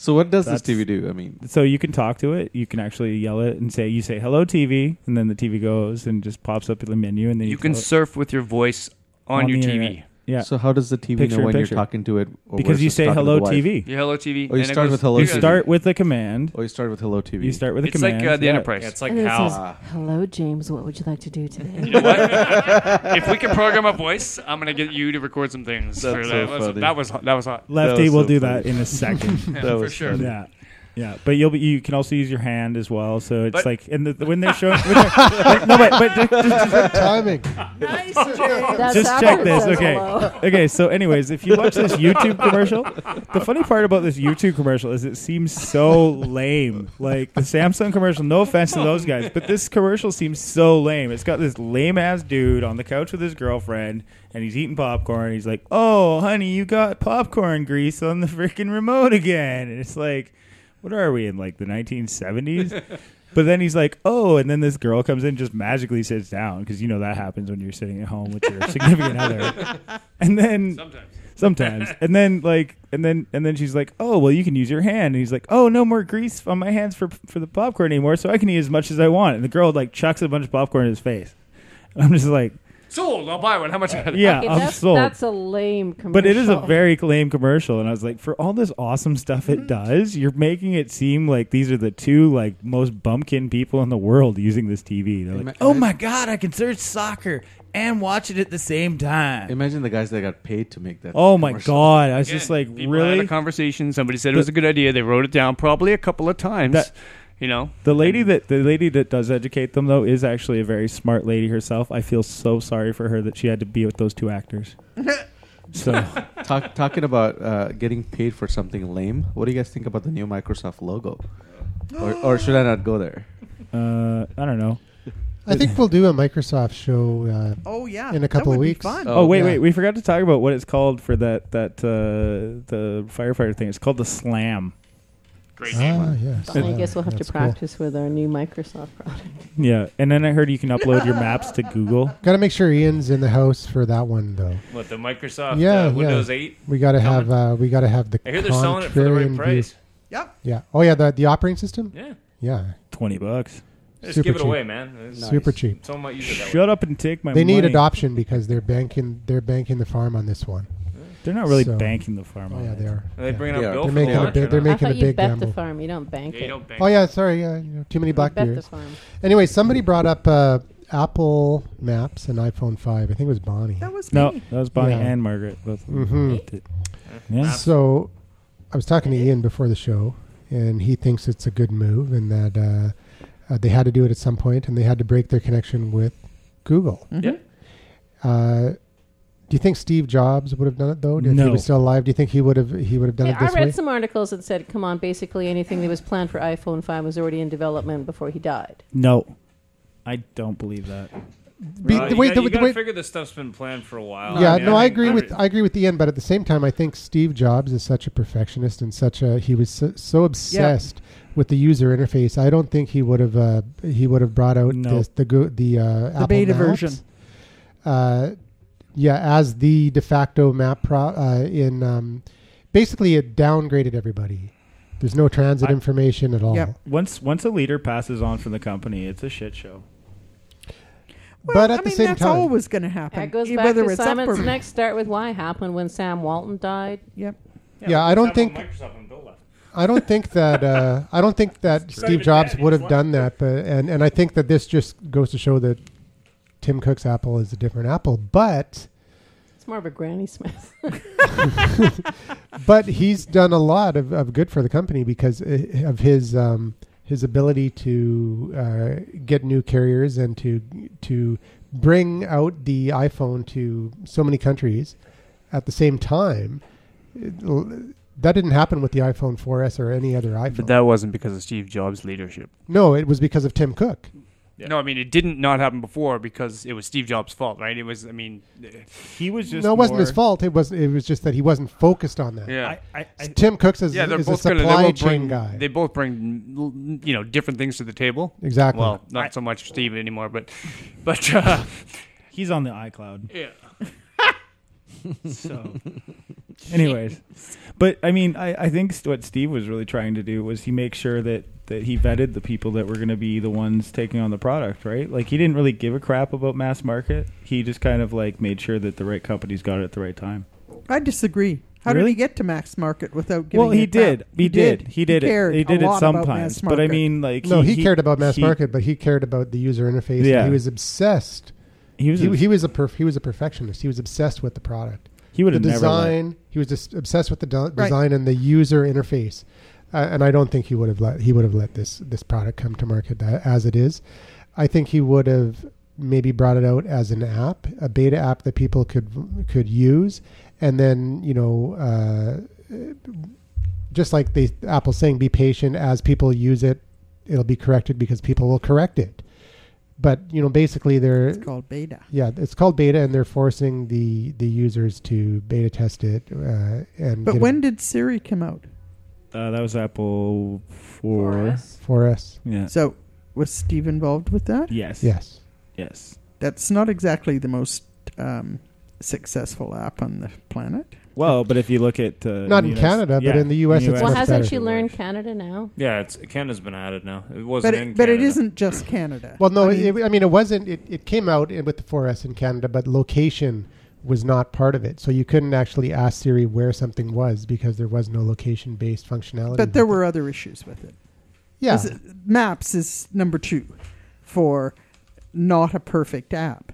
B: So what does this
E: That's-
B: TV do? I mean,
E: so you can talk to it. You can actually yell it and say, you say, hello, TV. And then the TV goes and just pops up in the menu. And then you,
D: You can
E: tell it-
D: surf with your voice on,
E: On
D: your
E: the
D: TV.
E: internet. yeah.
B: so how does the TV
E: Picture in
B: know when
E: picture.
B: you're talking to it? Or
E: because
B: versus
E: you say
B: talking to
E: hello,
B: the wife?
E: TV.
D: Your Hello TV.
B: Oh, you
D: and it
B: start
D: goes-
B: with Hello
E: You
B: Yeah.
E: start with a command.
B: Oh, you started with hello TV.
E: You start with a
D: It's
E: command.
D: like uh, the
E: yeah.
D: Enterprise.
G: Yeah, it's like
C: And it
G: how.
C: says,
A: uh,
C: "Hello, James. What would you like to do today?"
D: You know what? if we can program a voice, I'm gonna get you to record some things.
B: That's
D: for
B: so
D: that. That was-
B: funny.
D: That was that was hot.
E: Lefty
B: That was
E: will
B: so
E: do
B: funny.
E: that in a second.
D: Yeah, for
B: was
D: sure.
B: funny.
E: Yeah. Yeah, but you'll be, you can also use your hand as well. So it's
D: But-
E: like and the, the- when they're showing when they're, no, but, but just, just-
A: Good timing.
F: Nice.
C: That's
E: just
C: after
E: check
C: it
E: this.
C: says
E: Okay,
C: hello.
E: okay. So, anyways, if you watch this YouTube commercial, the funny part about this YouTube commercial is it seems so lame. Like the Samsung commercial. No offense to those guys, but this commercial seems so lame. It's got this lame ass dude on the couch with his girlfriend, and he's eating popcorn. He's like, "Oh, honey, you got popcorn grease on the freaking remote again," and it's like. What are we in like the 1970s? But then he's like, oh, and then this girl comes in, and just magically sits down because you know that happens when you're sitting at home with your significant other. And then
D: Sometimes.
E: sometimes, and then like, and then and then she's like, oh, well, you can use your hand. And he's like, oh, no more grease on my hands for for the popcorn anymore, so I can eat as much as I want. And the girl like chucks a bunch of popcorn in his face. And I'm just like,
D: Sold. I'll buy one. How much?
E: yeah,
C: Okay,
E: I'm
C: that's,
E: sold.
C: that's a lame commercial. Mm-hmm.
E: But it is a very lame commercial, and I was like, for all this awesome stuff it does, you're making it seem like these are the two like most bumpkin people in the world using this TV. They're
B: Ima-
E: like, oh my god, I can search soccer and watch it at the same time.
B: Imagine the guys that got paid to make that.
E: oh my
B: commercial.
E: god, I was just like,
D: Had
E: really?
D: a conversation. Somebody said it was a good idea. They wrote it down probably a couple of times.
E: That-
D: you know.
E: the lady
G: Um,
E: that the lady that does educate them though is actually a very smart lady herself. I feel so sorry for her that she had to be with those two actors. so
B: Talk, talking about uh, getting paid for something lame. What do you guys think about the new Microsoft logo? Or, or should I not go there?
E: uh, I don't know.
A: I think we'll do a Microsoft show. Uh,
F: Oh yeah.
A: In a
F: that
A: couple
F: would be
A: weeks.
F: fun.
E: Oh, wait,
A: yeah.
E: wait! We forgot to talk about what it's called for that that uh, the firefighter thing. It's called the slam.
D: Great name.
A: ah, yes.
C: I guess we'll have
A: That's
C: to
A: cool.
C: practice with our new Microsoft product.
E: Yeah, and then I heard you can upload your maps to Google.
A: Got to make sure Ian's in the house for that one though.
G: What the Microsoft
A: Yeah,
G: uh,
A: yeah.
G: Windows 8?
A: We got to have. Uh, we got to have the.
G: I hear they're selling it for the
A: contrarian view.
G: right price.
F: Yep.
A: Yeah. Oh yeah. The the operating system.
G: Yeah,
A: Yeah.
E: Twenty bucks.
G: just
A: Super
G: give it
A: cheap.
G: away, man.
A: Super cheap.
G: Someone might use it that way.
E: Shut up and take my.
A: They need
E: money.
A: adoption because they're banking. They're banking the farm on this one.
E: They're not really
A: So-
E: banking the farm.
A: Oh
E: on
A: yeah,
E: it.
A: they are.
G: Are they
A: Yeah.
G: bringing
B: They
G: up
B: are.
G: Bill
B: They're
G: for
A: making a
G: lunch
A: big-
G: or
A: they're
G: not?
A: making-
C: I thought
A: a
C: you
A: big
C: bet
A: gamble.
C: the farm. You don't bank
D: Yeah, you
C: it.
D: don't bank.
A: Oh yeah. Sorry. Yeah. You know, too many
C: You
A: black
C: bet
A: beers.
C: the farm.
A: Anyway, somebody brought up uh, Apple Maps and iPhone Five. I think it was Bonnie.
F: That was
E: No,
F: me.
E: that was Bonnie
A: Yeah.
E: and Margaret. Both of them
A: Mhm.
E: liked it. Yeah.
A: So, I was talking to Ian before the show, and he thinks it's a good move, and that uh, uh, they had to do it at some point, and they had to break their connection with Google.
G: Yeah.
A: Uh, do you think Steve Jobs would have done it though? If he
E: No.
A: was still alive, do you think he would have he would have done
C: Yeah,
A: it
C: I
A: this
C: read
A: way?
C: some articles that said, "Come on, basically anything that was planned for iPhone 5 was already in development before he died."
E: No, I don't believe that.
A: Be-
G: Uh,
A: the
G: you
A: way-
G: got-
A: the-
G: you
A: the
G: gotta
A: way-
G: figure this stuff's been planned for a while.
A: yeah,
G: mean,
A: no, I
G: think
A: agree with
G: every-
A: I agree with Ian, but at the same time, I think Steve Jobs is such a perfectionist and such a he was so, so obsessed with the user interface. I don't think he would have uh, he would have brought out
E: No.
A: this, the go- the uh, Apple
F: beta
A: Maps,
F: version.
A: Uh, yeah, as the de facto map pro uh, in um, basically it downgraded everybody. There's no transit
E: I-
A: information at all.
F: Yep.
E: Once once a leader passes on from the company, it's a shit show.
F: Well,
A: but at
F: I
A: the
F: mean,
A: same
F: that's
A: time-
F: always going to happen.
C: That goes
F: e-
C: back
F: whether
C: to
F: it's up
C: Simon's
F: or-
C: next start with why happened when Sam Walton died.
F: Yep.
A: Yeah, I don't think
G: Microsoft and Bill left.
A: I don't think that uh, I don't think that Steve Jobs would have done that, but and and I think that this just goes to show that Tim Cook's Apple is a different Apple, but
C: It's more of a granny smith.
A: but he's done a lot of, of good for the company because uh, of his um, his ability to uh, get new carriers and to to bring out the iPhone to so many countries at the same time. It- that didn't happen with the iPhone 4S or any other iPhone.
D: But that wasn't because of Steve Jobs' leadership.
A: no, it was because of Tim Cook.
G: Yeah.
D: No, I mean it didn't not happen before because it was Steve Jobs' fault, right? It was. I mean,
E: He was just
A: no, it wasn't
E: more-
A: his fault. It was it was just that he wasn't focused on that.
D: yeah.
E: I, I, I,
A: Tim Cook's is,
D: yeah, they're
A: is a
D: both gonna-
A: supply
D: they both
A: chain
D: bring,
A: guy.
D: They both bring you know different things to the table.
A: exactly.
D: Well, not so much Steve anymore, but but uh,
E: He's on the iCloud.
D: Yeah.
E: So, anyways, but I mean, I, I think st- what Steve was really trying to do was he make sure that that he vetted the people that were going to be the ones taking on the product, right? Like he didn't really give a crap about mass market. He just kind of like made sure that the right companies got it at the right time.
F: I disagree. How did
E: Really?
F: he get to max market without giving?
E: Well, he
F: a crap?
E: did. He, did. He did
F: cared
E: it. He
F: a
E: did
F: lot
E: it
F: about mass
E: sometimes. But I
F: market.
E: mean, like
A: no, he, cared about mass
E: he-
A: market, but he cared about the user interface.
E: Yeah.
A: And he was obsessed.
E: He was.
A: He,
E: a-
A: he was a perf- he was a perfectionist. He was obsessed with the product.
E: he would
A: the
E: have never. let-
A: design. He was just obsessed with the do-
F: Right.
A: design and the user interface, uh, and I don't think he would have let he would have let this this product come to market tha- as it is. I think he would have maybe brought it out as an app, a beta app that people could could use, and then you know. Uh, just like they Apple's saying, be patient as people use it, it'll be corrected because people will correct it. But you know, basically, they're
F: It's called beta.
A: yeah, it's called beta, and they're forcing the the users to beta test it. Uh, and
F: But
A: get
F: when did Siri come out?
E: Uh, that was Apple four.
A: it for us,
E: Yeah.
F: So was Steve involved with that?
E: Yes.
A: yes,
E: Yes.
F: That's not exactly the most um, successful app on the planet.
E: Well, but if you look at uh,
A: Not
E: the
A: in
E: US
A: Canada, but in the US it's
C: Well,
A: much
C: hasn't
A: better.
C: she learned Canada now?
G: Yeah, it's Canada's been added now. It wasn't
F: But
G: in
F: it, but it
G: Canada.
F: isn't just Canada.
A: Well, no,
F: I mean,
A: it, I mean it wasn't. It, it came out in- with the 4S in Canada, but location was not part of it, so you couldn't actually ask Siri where something was because there was no location based functionality.
F: but there were other issues with it.
A: yeah,
F: Is it- Maps is number two for not a perfect app.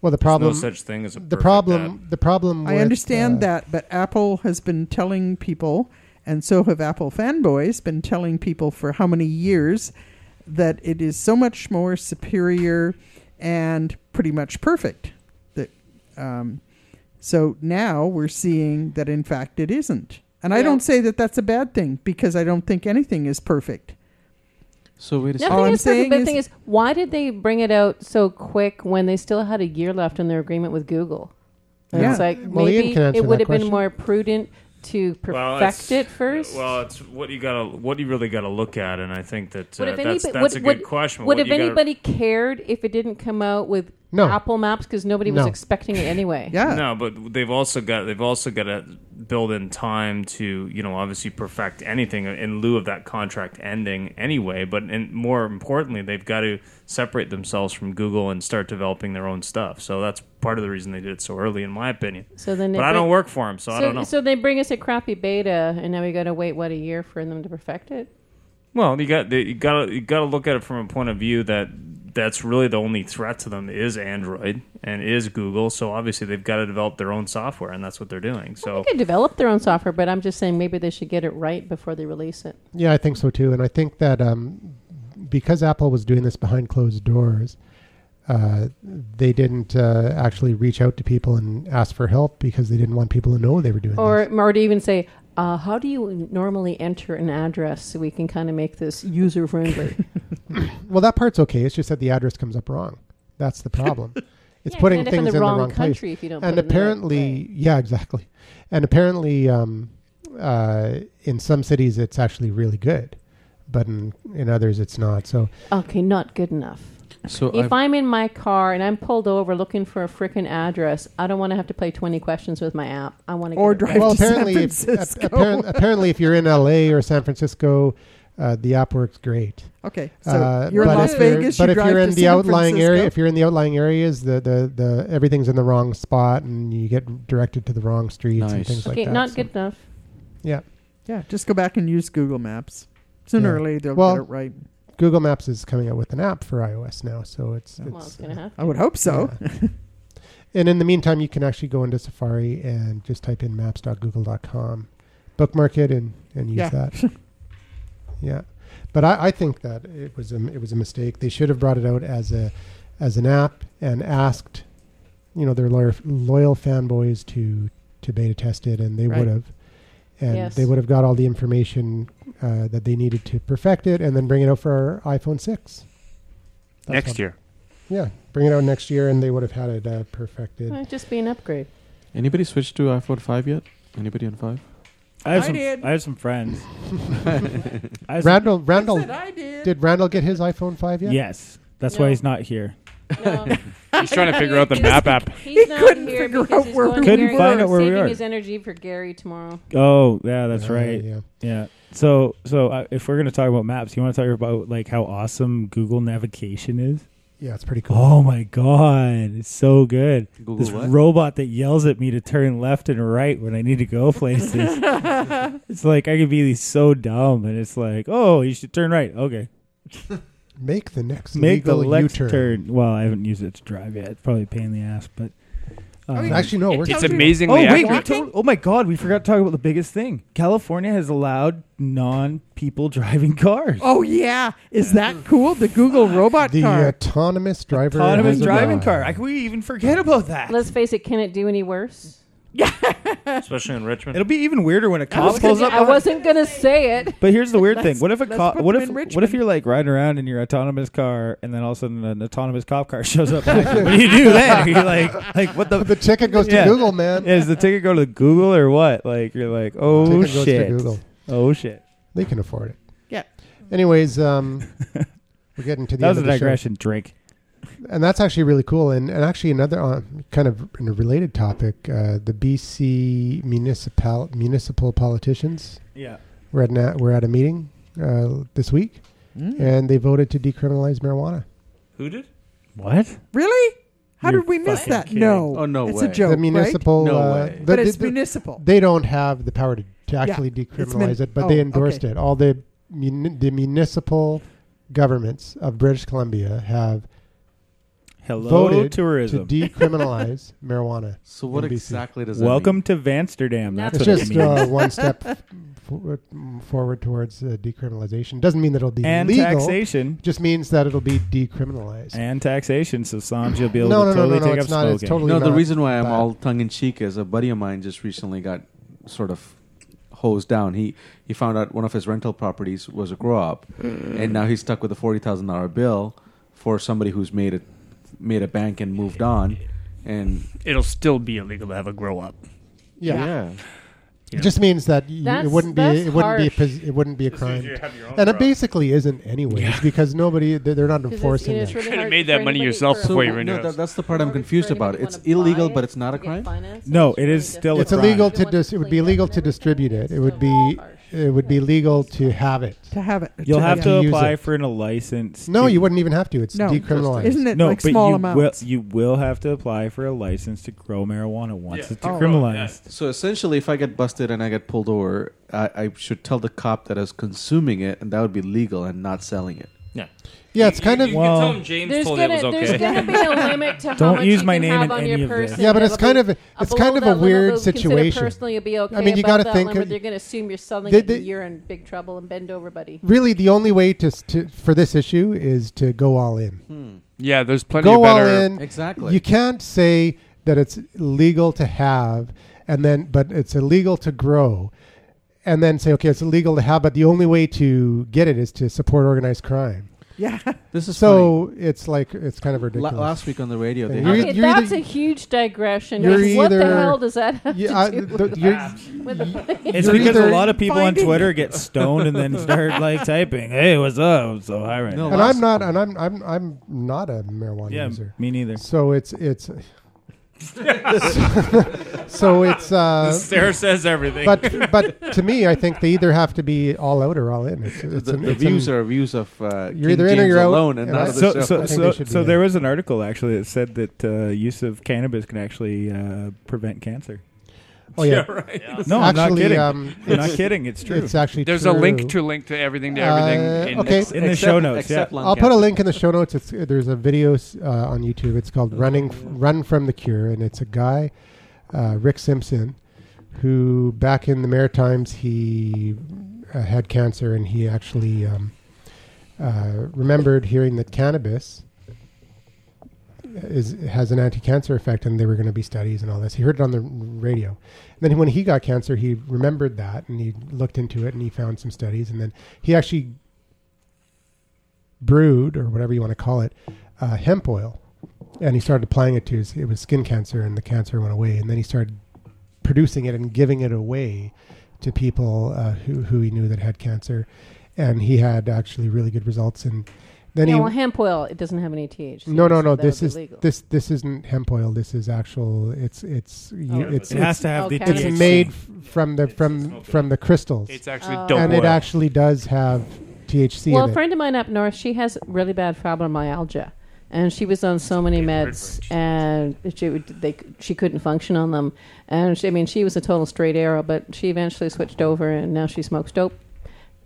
A: well the
G: There's
A: problem.
G: no such thing as a
A: the
G: perfect
A: problem.
G: app.
A: The problem.
F: I
A: with,
F: understand
A: uh,
F: that, but Apple has been telling people, and so have Apple fanboys, been telling people for how many years that it is so much more superior and pretty much perfect. That um, so now we're seeing that in fact it isn't, and I
C: Yeah.
F: don't say that that's a bad thing because I don't think anything is perfect.
B: So wait a second.
F: All
C: Nothing
F: I'm
C: is perfect.
F: saying
C: But the
F: is-
C: thing is, why did they bring it out so quick when they still had a year left on their agreement with Google? And
F: Yeah.
C: It's like
A: Well, Ian
C: maybe
A: can answer
C: it would
A: that
C: have been
A: question.
C: more prudent to
G: Well,
C: perfect
G: it's- uh,
C: it first.
G: Well, it's what you gotta, what you really gotta look at, and I think that uh,
C: Would have
G: that's,
C: anybo-
G: that's
C: would-
G: a good
C: would-
G: question. but
C: Would
G: what
C: have
G: you gotta-
C: anybody cared if it didn't come out with
A: No.
C: Apple Maps because nobody was
A: No.
C: expecting it anyway?
F: Yeah,
G: No, but they've also got they've also got to build in time to you know obviously perfect anything in lieu of that contract ending anyway. But and more importantly, they've got to separate themselves from Google and start developing their own stuff. So that's part of the reason they did it so early, in my opinion.
C: So then,
G: But
C: they
G: I don't
C: bring-
G: work for them, so,
C: So,
G: I don't know.
C: so they bring us a crappy beta, and now we got to wait what a year for them to perfect it.
G: Well, you got you got you got to look at it from a point of view that that's really the only threat to them is Android and is Google. So obviously they've got to develop their own software, and that's what they're doing.
C: They
G: So
C: could develop their own software, but I'm just saying maybe they should get it right before they release it.
A: Yeah, I think so too. And I think that um, because Apple was doing this behind closed doors, uh, they didn't uh, actually reach out to people and ask for help because they didn't want people to know they were doing
C: Or,
A: this.
C: or to even say, uh, how do you normally enter an address so we can kind of make this user friendly?
A: Well, that part's okay. It's just that the address comes up wrong. That's the problem. It's putting things
C: in the wrong
A: place.
C: country if you don't.
A: and
C: put it in the right
A: apparently,
C: way.
A: yeah, exactly. And apparently, um, uh, in some cities, it's actually really good, but in, in others, it's not. So
C: okay, not good enough.
B: So
C: If i am in my car and I'm pulled over looking for a frickin' address, I don't want to have to play 20 questions with my app. I want to
F: Or
C: get it right.
F: drive
A: well,
F: to San
A: apparently, if-
F: Francisco.
A: ap- apparent- apparently, if you're in LA or San Francisco, uh, the app works great.
F: okay. So
A: Uh,
F: you're in
A: but if
F: Las
A: you're-
F: Vegas.
A: but
F: you
A: if
F: drive
A: you're
F: to
A: in the
F: San
A: outlying area,
F: Francisco.
A: if you're in the outlying areas, the, the, the everything's in the wrong spot, and you get directed to the wrong streets and
B: Nice.
A: things like
C: Okay,
A: that.
C: not
A: so-
C: good enough.
A: Yeah,
F: Yeah, just go back and use Google Maps. Sooner
A: Yeah.
F: or later, they'll
A: Well-
F: get it right.
A: Google Maps is coming out with an app for iOS now, so it's, it's,
C: Well, it's going to happen.
F: I would hope so.
A: Yeah. and in the meantime, you can actually go into Safari and just type in maps.google.com, bookmark it, and, and use
F: Yeah.
A: that. yeah, but I, I think that it was a it was a mistake. They should have brought it out as a as an app and asked, you know, their loyal, loyal fanboys to to beta test it, and they
F: Right.
A: would have. And
C: Yes.
A: they would have got all the information uh, that they needed to perfect it, and then bring it out for iPhone six. That's what-
D: Next year.
A: yeah, bring it out next year, and they would have had it uh, perfected.
C: Might just be an upgrade.
B: anybody switched to iPhone five yet? Anybody on five?
E: I have
F: I
E: some.
F: did.
E: I have some friends. I have some-
A: Randall, Randall,
F: I did.
A: did Randall get his iPhone five yet?
E: Yes, that's
C: No.
E: why he's not here.
C: No.
E: He's trying to figure out the
C: He's-
E: map app.
C: He's not
F: couldn't
C: here
F: figure
C: because
F: out
C: he's
F: where
C: going
F: we
C: to
E: Couldn't
C: Gary-
E: find out where we
C: saving
E: are.
C: his energy for Gary tomorrow.
E: Oh, yeah, that's
A: Uh,
E: right.
A: Yeah.
E: Yeah. So, so uh, if we're gonna talk about maps, you want to talk about like how awesome Google navigation is?
A: Yeah, it's pretty cool.
E: Oh my god, it's so good.
B: Google
E: this
B: what?
E: robot that yells at me to turn left and right when I need to go places. it's like I could be so dumb, and it's like, oh, you should turn right. Okay,
A: Make the next
E: make the
A: legal
E: left
A: U-turn.
E: turn. Well, I haven't used it to drive yet. It's probably a pain in the ass, but um,
F: yeah.
A: Actually, no,
F: It
A: we're
F: tells
D: It's
F: you-
E: Oh
D: amazingly
E: wait, we
D: accurate.
E: totally, oh my god, we forgot to talk about the biggest thing. California has allowed non-people driving cars.
F: Oh yeah, is that cool? Oh, The Google
E: Ah,
F: robot
A: the
F: car.
A: autonomous driver.
E: Autonomous
A: has
E: driving
A: arrived.
E: car. I, we even forget about that.
C: Let's face it, can it do any worse?
G: especially in Richmond.
E: It'll be even weirder when a cop
C: was
E: pulls
C: gonna-
E: up.
C: I wasn't gonna say it.
E: But here's the weird
F: Let's-
E: thing: what if a
F: let's
E: cop?
F: put
E: What
F: them
E: if
F: in
E: what if
F: Richmond.
E: you're like riding around in your autonomous car, and then all of a sudden an autonomous cop car shows up? what do you do then? You're like, like what the?
A: The ticket goes
E: Yeah.
A: to Google, man.
E: Is the ticket go to Google or what? Like you're like, oh
A: ticket goes
E: shit,
A: to Google.
E: oh shit.
A: They can afford it.
F: Yeah.
A: Anyways, um, we're getting to the
E: That
A: end
E: was a
A: of the show.
E: digression. Drink.
A: and that's actually really cool. And, and actually, another uh, kind of in a related topic, uh, the BC municipal municipal politicians
E: Yeah.
A: were at na- were at a meeting uh, this week,
B: Mm.
A: and they voted to decriminalize marijuana.
G: Who did?
E: What?
F: Really? How
E: You're
F: did we miss
E: fucking
F: that?
E: kidding.
F: No.
B: Oh, no
F: It's
B: way.
F: a joke,
A: the
F: right?
A: municipal,
B: No
A: uh,
B: way.
A: the-
F: But
A: the-
F: it's
A: the-
F: municipal.
A: they don't have the power to, to actually
F: min-
A: decriminalize it, but they
F: oh,
A: endorsed
F: okay.
A: it. All the mun- the municipal governments of British Columbia have
E: Hello,
A: voted
E: tourism.
A: to decriminalize marijuana.
B: So what
A: NBC.
B: exactly does that
E: Welcome
B: mean?
E: to Vansterdam.
C: That's
E: That's,
A: It's just
E: what it means.
A: uh, one step forward, forward towards uh, decriminalization. Doesn't mean that it'll be
E: and
A: legal.
E: taxation.
A: Just means that it'll be decriminalized.
E: And taxation. So Sanj, you'll be able
A: no,
E: to
A: no,
E: totally
A: no, no, no.
E: take
A: It's
E: up
A: not.
E: smoking.
A: It's totally
B: No, the
A: not.
B: reason why I'm
A: bad.
B: all tongue in cheek is a buddy of mine just recently got sort of hosed down. He he found out one of his rental properties was a grow up, and now he's stuck with a forty thousand dollar bill for somebody who's made a made a bank and moved on. And
D: It'll still be illegal to have a grow up.
A: Yeah.
G: yeah.
A: It just means that you, it
C: That's-
A: wouldn't be.
C: that's
A: It wouldn't be. A,
C: harsh.
A: pos- it wouldn't be a crime.
D: have your own
A: And it basically isn't, anyways, because nobody they're, they're not
C: 'Cause it's,
A: enforcing
C: you know,
A: it.
C: it's really
D: Could've
C: hard for
D: made that money
C: anybody-
D: yourself
C: for-
D: before you
B: no,
D: were in
B: that,
D: house.
B: that's the part I'm
C: for
B: confused
C: anybody
B: about.
C: to
B: It's
C: wanna
B: illegal,
C: buy
B: but it's not a
C: to get
B: crime.
C: financed,
E: No,
C: it's
E: it is
C: really
E: still a
C: difficult.
A: It's
E: crime.
A: illegal
C: You
A: to
C: want
A: dis- It would be
C: clean up
A: illegal
C: and
A: to
C: everything,
A: distribute it.
C: it's
A: It would
C: so
A: be.
C: harsh.
A: It would be legal to have it.
F: to have it.
E: You'll have
A: to
E: to
A: use
E: apply
A: it.
E: for an, a license.
A: No,
E: to-
A: you wouldn't even have to. It's
F: No.
A: decriminalized.
F: Isn't it
E: no,
F: like
E: but
F: small
E: you
F: amounts?
E: will you will have to apply for a license to grow marijuana once it's
F: Oh.
E: decriminalized.
B: So essentially, if I get busted and I get pulled over, I, I should tell the cop that I was consuming it, and that would be legal and not selling it.
G: Yeah.
A: yeah, it's kind of.
E: you- Well- tell him
G: James
C: There's gonna, there's gonna be a limit to how
E: Don't
C: much
E: use
C: you
E: my
C: can
E: name
C: have
E: in
C: on
E: any
C: your
E: of this.
C: person.
A: Yeah, but it's
C: It'll
A: kind
C: be-
A: of a- it's
C: below
A: kind of
C: that
A: a
C: limit,
A: weird
C: they'll consider
A: situation.
C: Personally, you'll be okay.
A: I mean, you
C: got
A: gotta
C: to
A: think-
C: Limit, they're going to assume you're selling
A: They-
C: it.
A: they-
C: and You're in big trouble and bend over, buddy.
A: Really, the only way to, s- to for this issue is to go all in.
D: Yeah, there's plenty
A: Go
D: of
A: all
D: better.
A: in.
B: Exactly.
A: You can't say that it's legal to have and then but it's illegal to grow and then say okay it's illegal to have but the only way to get it is to support organized crime.
F: yeah.
B: this is so.
A: So it's like it's kind of ridiculous.
B: last week on the radio, they
A: Yeah. You're-
C: okay,
A: you're
C: that's
A: either-
C: a huge digression.
A: you're
C: what the
A: either-
C: hell does that have
A: Yeah, I-
C: to do
A: the-
C: with
A: you're-
C: with the
E: It's
A: You're
E: because
A: either
E: a lot of people on
F: finding-
E: Twitter get stoned and then start like typing, "Hey, what's up? I'm so high right
B: No,
E: now."
A: and I'm not and I'm I'm I'm not a marijuana
E: Yeah,
A: user.
E: me neither.
A: So it's it's so it's uh
G: Sarah says everything.
A: but but to me I think they either have to be all out or all in. It's, it's
B: the,
A: an-
B: the
A: it's an-
B: views are views of uh, King
A: You're either in or
B: James
A: you're out,
B: alone, and
A: and
B: not
A: I-
B: of
E: So,
B: the show.
E: so,
A: I think
E: so,
A: they should
E: so
A: be
E: there
A: in.
E: was an article actually that said that uh, use of cannabis can actually uh, prevent cancer.
A: Oh yeah.
G: right.
E: No, I'm not
A: Actually,
E: kidding.
A: um,
E: I'm not kidding. It's true.
A: It's actually
D: There's a
A: true.
D: link to link to everything to everything.
A: Uh,
D: in-
A: okay.
E: in the show notes,
B: Except
E: yeah.
B: lung
A: I'll put a
B: cancer.
A: link in the show notes. It's, there's a video s- uh, on YouTube. It's
D: Oh,
A: called "Running Run from the Cure," and it's a guy, uh, Rick Simpson, who back in the Maritimes he uh, had cancer, and he actually um, uh, remembered hearing that cannabis is has an anti-cancer effect, and there were going to be studies and all this. He heard it on the radio. And then when he got cancer, he remembered that, and he looked into it, and he found some studies, and then he actually brewed or whatever you want to call it uh, hemp oil and he started applying it to his it was skin cancer and the cancer went away and then he started producing it and giving it away to people uh, who, who he knew that had cancer and he had actually really good results in Then
C: yeah,
A: he
C: well, hemp oil it doesn't have any THC.
A: no no
C: so
A: no
C: that would
A: this
C: be
A: is
C: legal.
A: this this isn't hemp oil. This is actual. It's it's you,
C: Oh,
A: it's
E: it has
A: it's,
E: to have the
C: okay.
A: it's
E: THC.
A: made f- from the from from the crystals,
D: It's actually
C: Oh.
D: dope
A: and it
D: oil.
A: actually does have THC
C: well,
A: in
C: a
A: it.
C: friend of mine up north, she has really bad fibromyalgia, and she was on so many meds, and she would, they she couldn't function on them. And she, I mean, she was a total straight arrow, but she eventually switched over, and now she smokes dope,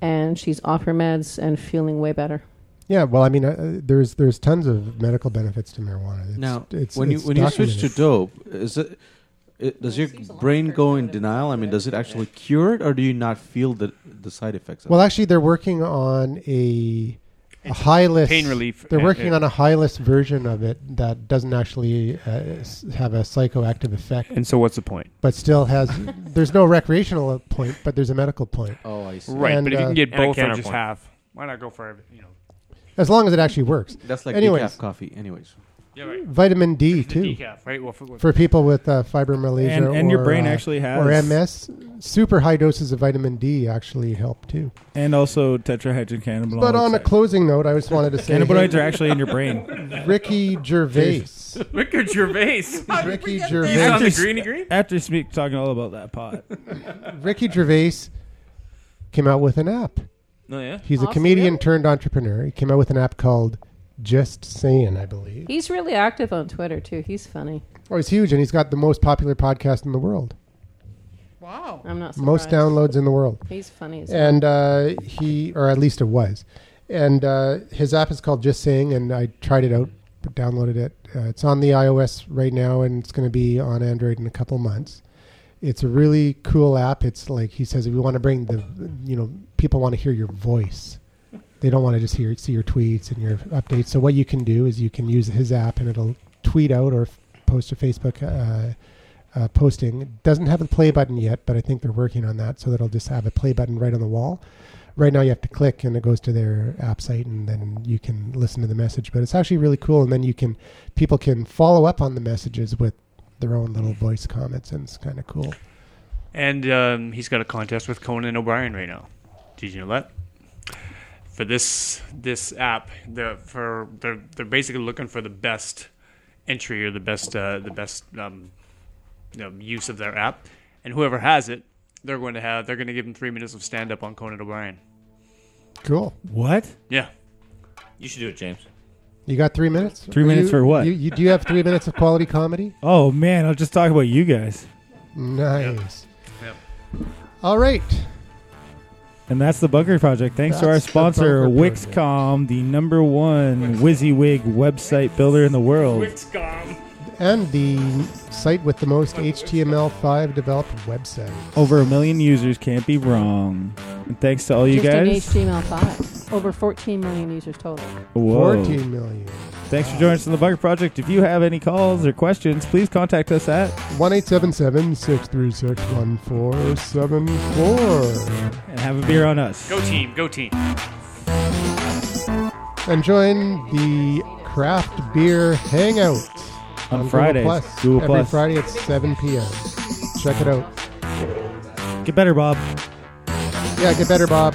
C: and she's off her meds and feeling way better.
A: Yeah, well, I mean, uh, uh, there's there's tons of medical benefits to marijuana. It's,
B: Now,
A: it's,
B: when you
A: it's
B: when you switch to
A: documented.
B: dope, is it, it
C: Well,
B: does your
C: it seems a lot
B: brain
C: quicker
B: go in
C: than it
B: denial? I mean,
C: is.
B: does it actually cure it, or do you not feel the the side effects? Of
A: well, actually, they're working on a, a high list
D: pain relief.
A: They're
D: and-
A: working
D: and-
A: on a high list version of it that doesn't actually uh, s- have a psychoactive effect,
D: And so, what's the point?
A: but still has. there's no recreational uh, point, but there's a medical point.
B: it? Oh, I see.
D: Right,
A: And,
D: but if you
A: uh,
D: can get
G: And a
D: both or just
G: counterpoint.
D: half, why not go for you know?
A: As long as it actually works.
B: That's like
A: Anyways.
B: decaf coffee. Anyways,
D: Yeah, right.
A: Vitamin D
D: The
A: too
D: decaf, right? Well, for,
A: for people with uh, fibromyalgia
E: and, and your
A: or,
E: brain
A: uh,
E: actually has
A: or MS. Super high doses of vitamin D actually help too.
E: and also tetrahydrocannabinol.
A: But on a closing note, I just wanted to say,
E: cannabinoids are actually in your brain.
A: hey, Ricky Gervais.
G: Ricky Gervais.
A: Ricky
G: He's
A: Gervais.
G: on the greeny green.
E: After speak talking all about that pot,
A: Ricky Gervais came out with an app.
G: No, yeah.
A: He's a
C: Awesome,
A: comedian
C: Oh, yeah.
A: turned entrepreneur. He came out with an app called Just Saying, I believe.
C: He's really active on Twitter too. He's funny.
A: Oh, he's huge, and he's got the most popular podcast in the world,
F: Wow.
C: I'm not surprised.
A: most downloads in the world,
C: He's funny as well.
A: and uh, he, or at least it was, and uh, his app is called Just Saying, and I tried it out, downloaded it. Uh, it's on the iOS right now, and it's going to be on Android in a couple months. It's a really cool app. It's like he says, we want to bring the, you know, people want to hear your voice. they don't want to just hear see your tweets and your updates. So what you can do is you can use his app and it'll tweet out or f- post a Facebook uh, uh, posting. It doesn't have a play button yet, but I think they're working on that so that it'll just have a play button right on the wall. Right now you have to click and it goes to their app site and then you can listen to the message. But it's actually really cool and then you can people can follow up on the messages with their own little voice comments and it's kind of cool.
D: and um, he's got a contest with Conan O'Brien right now. Did you know that? For this this app, the for they're they're basically looking for the best entry or the best uh, the best um, you know, use of their app, and whoever has it, they're going to have they're going to give them three minutes of stand up on Conan O'Brien.
A: Cool.
E: what?
D: Yeah,
G: You should do it, James.
A: You got three minutes?
E: Three
A: Are
E: minutes
A: you-
E: for what?
A: You, you, do you have three minutes of quality comedy?
E: Oh man, I'll just talk about you guys,
A: Mm-hmm. Nice.
D: Yep.
A: All right.
E: and that's the Bunker Project. Thanks to our
A: That's the
E: sponsor
A: Bunker Project.
E: Wixcom, the number one WYSIWYG website builder in the world.
A: And the site with the most HTML5 developed website.
E: Over a million users can't be wrong. And thanks to all
A: uh,
E: you
C: Just
E: guys.
C: in HTML5, over 14 million users total.
E: Whoa.
A: 14 million.
E: Thanks for joining us on the Bunker Project. If you have any calls or questions, please contact us at
A: 1 636 1474.
E: and have a beer on us.
D: go team, go team.
A: And join the Craft Beer Hangout
E: On
A: Google
E: Fridays,
A: Plus.
E: Google
A: Every
E: Plus.
A: Friday at 7 p.m. Check it out.
E: Get better, Bob.
A: Yeah, get better, Bob.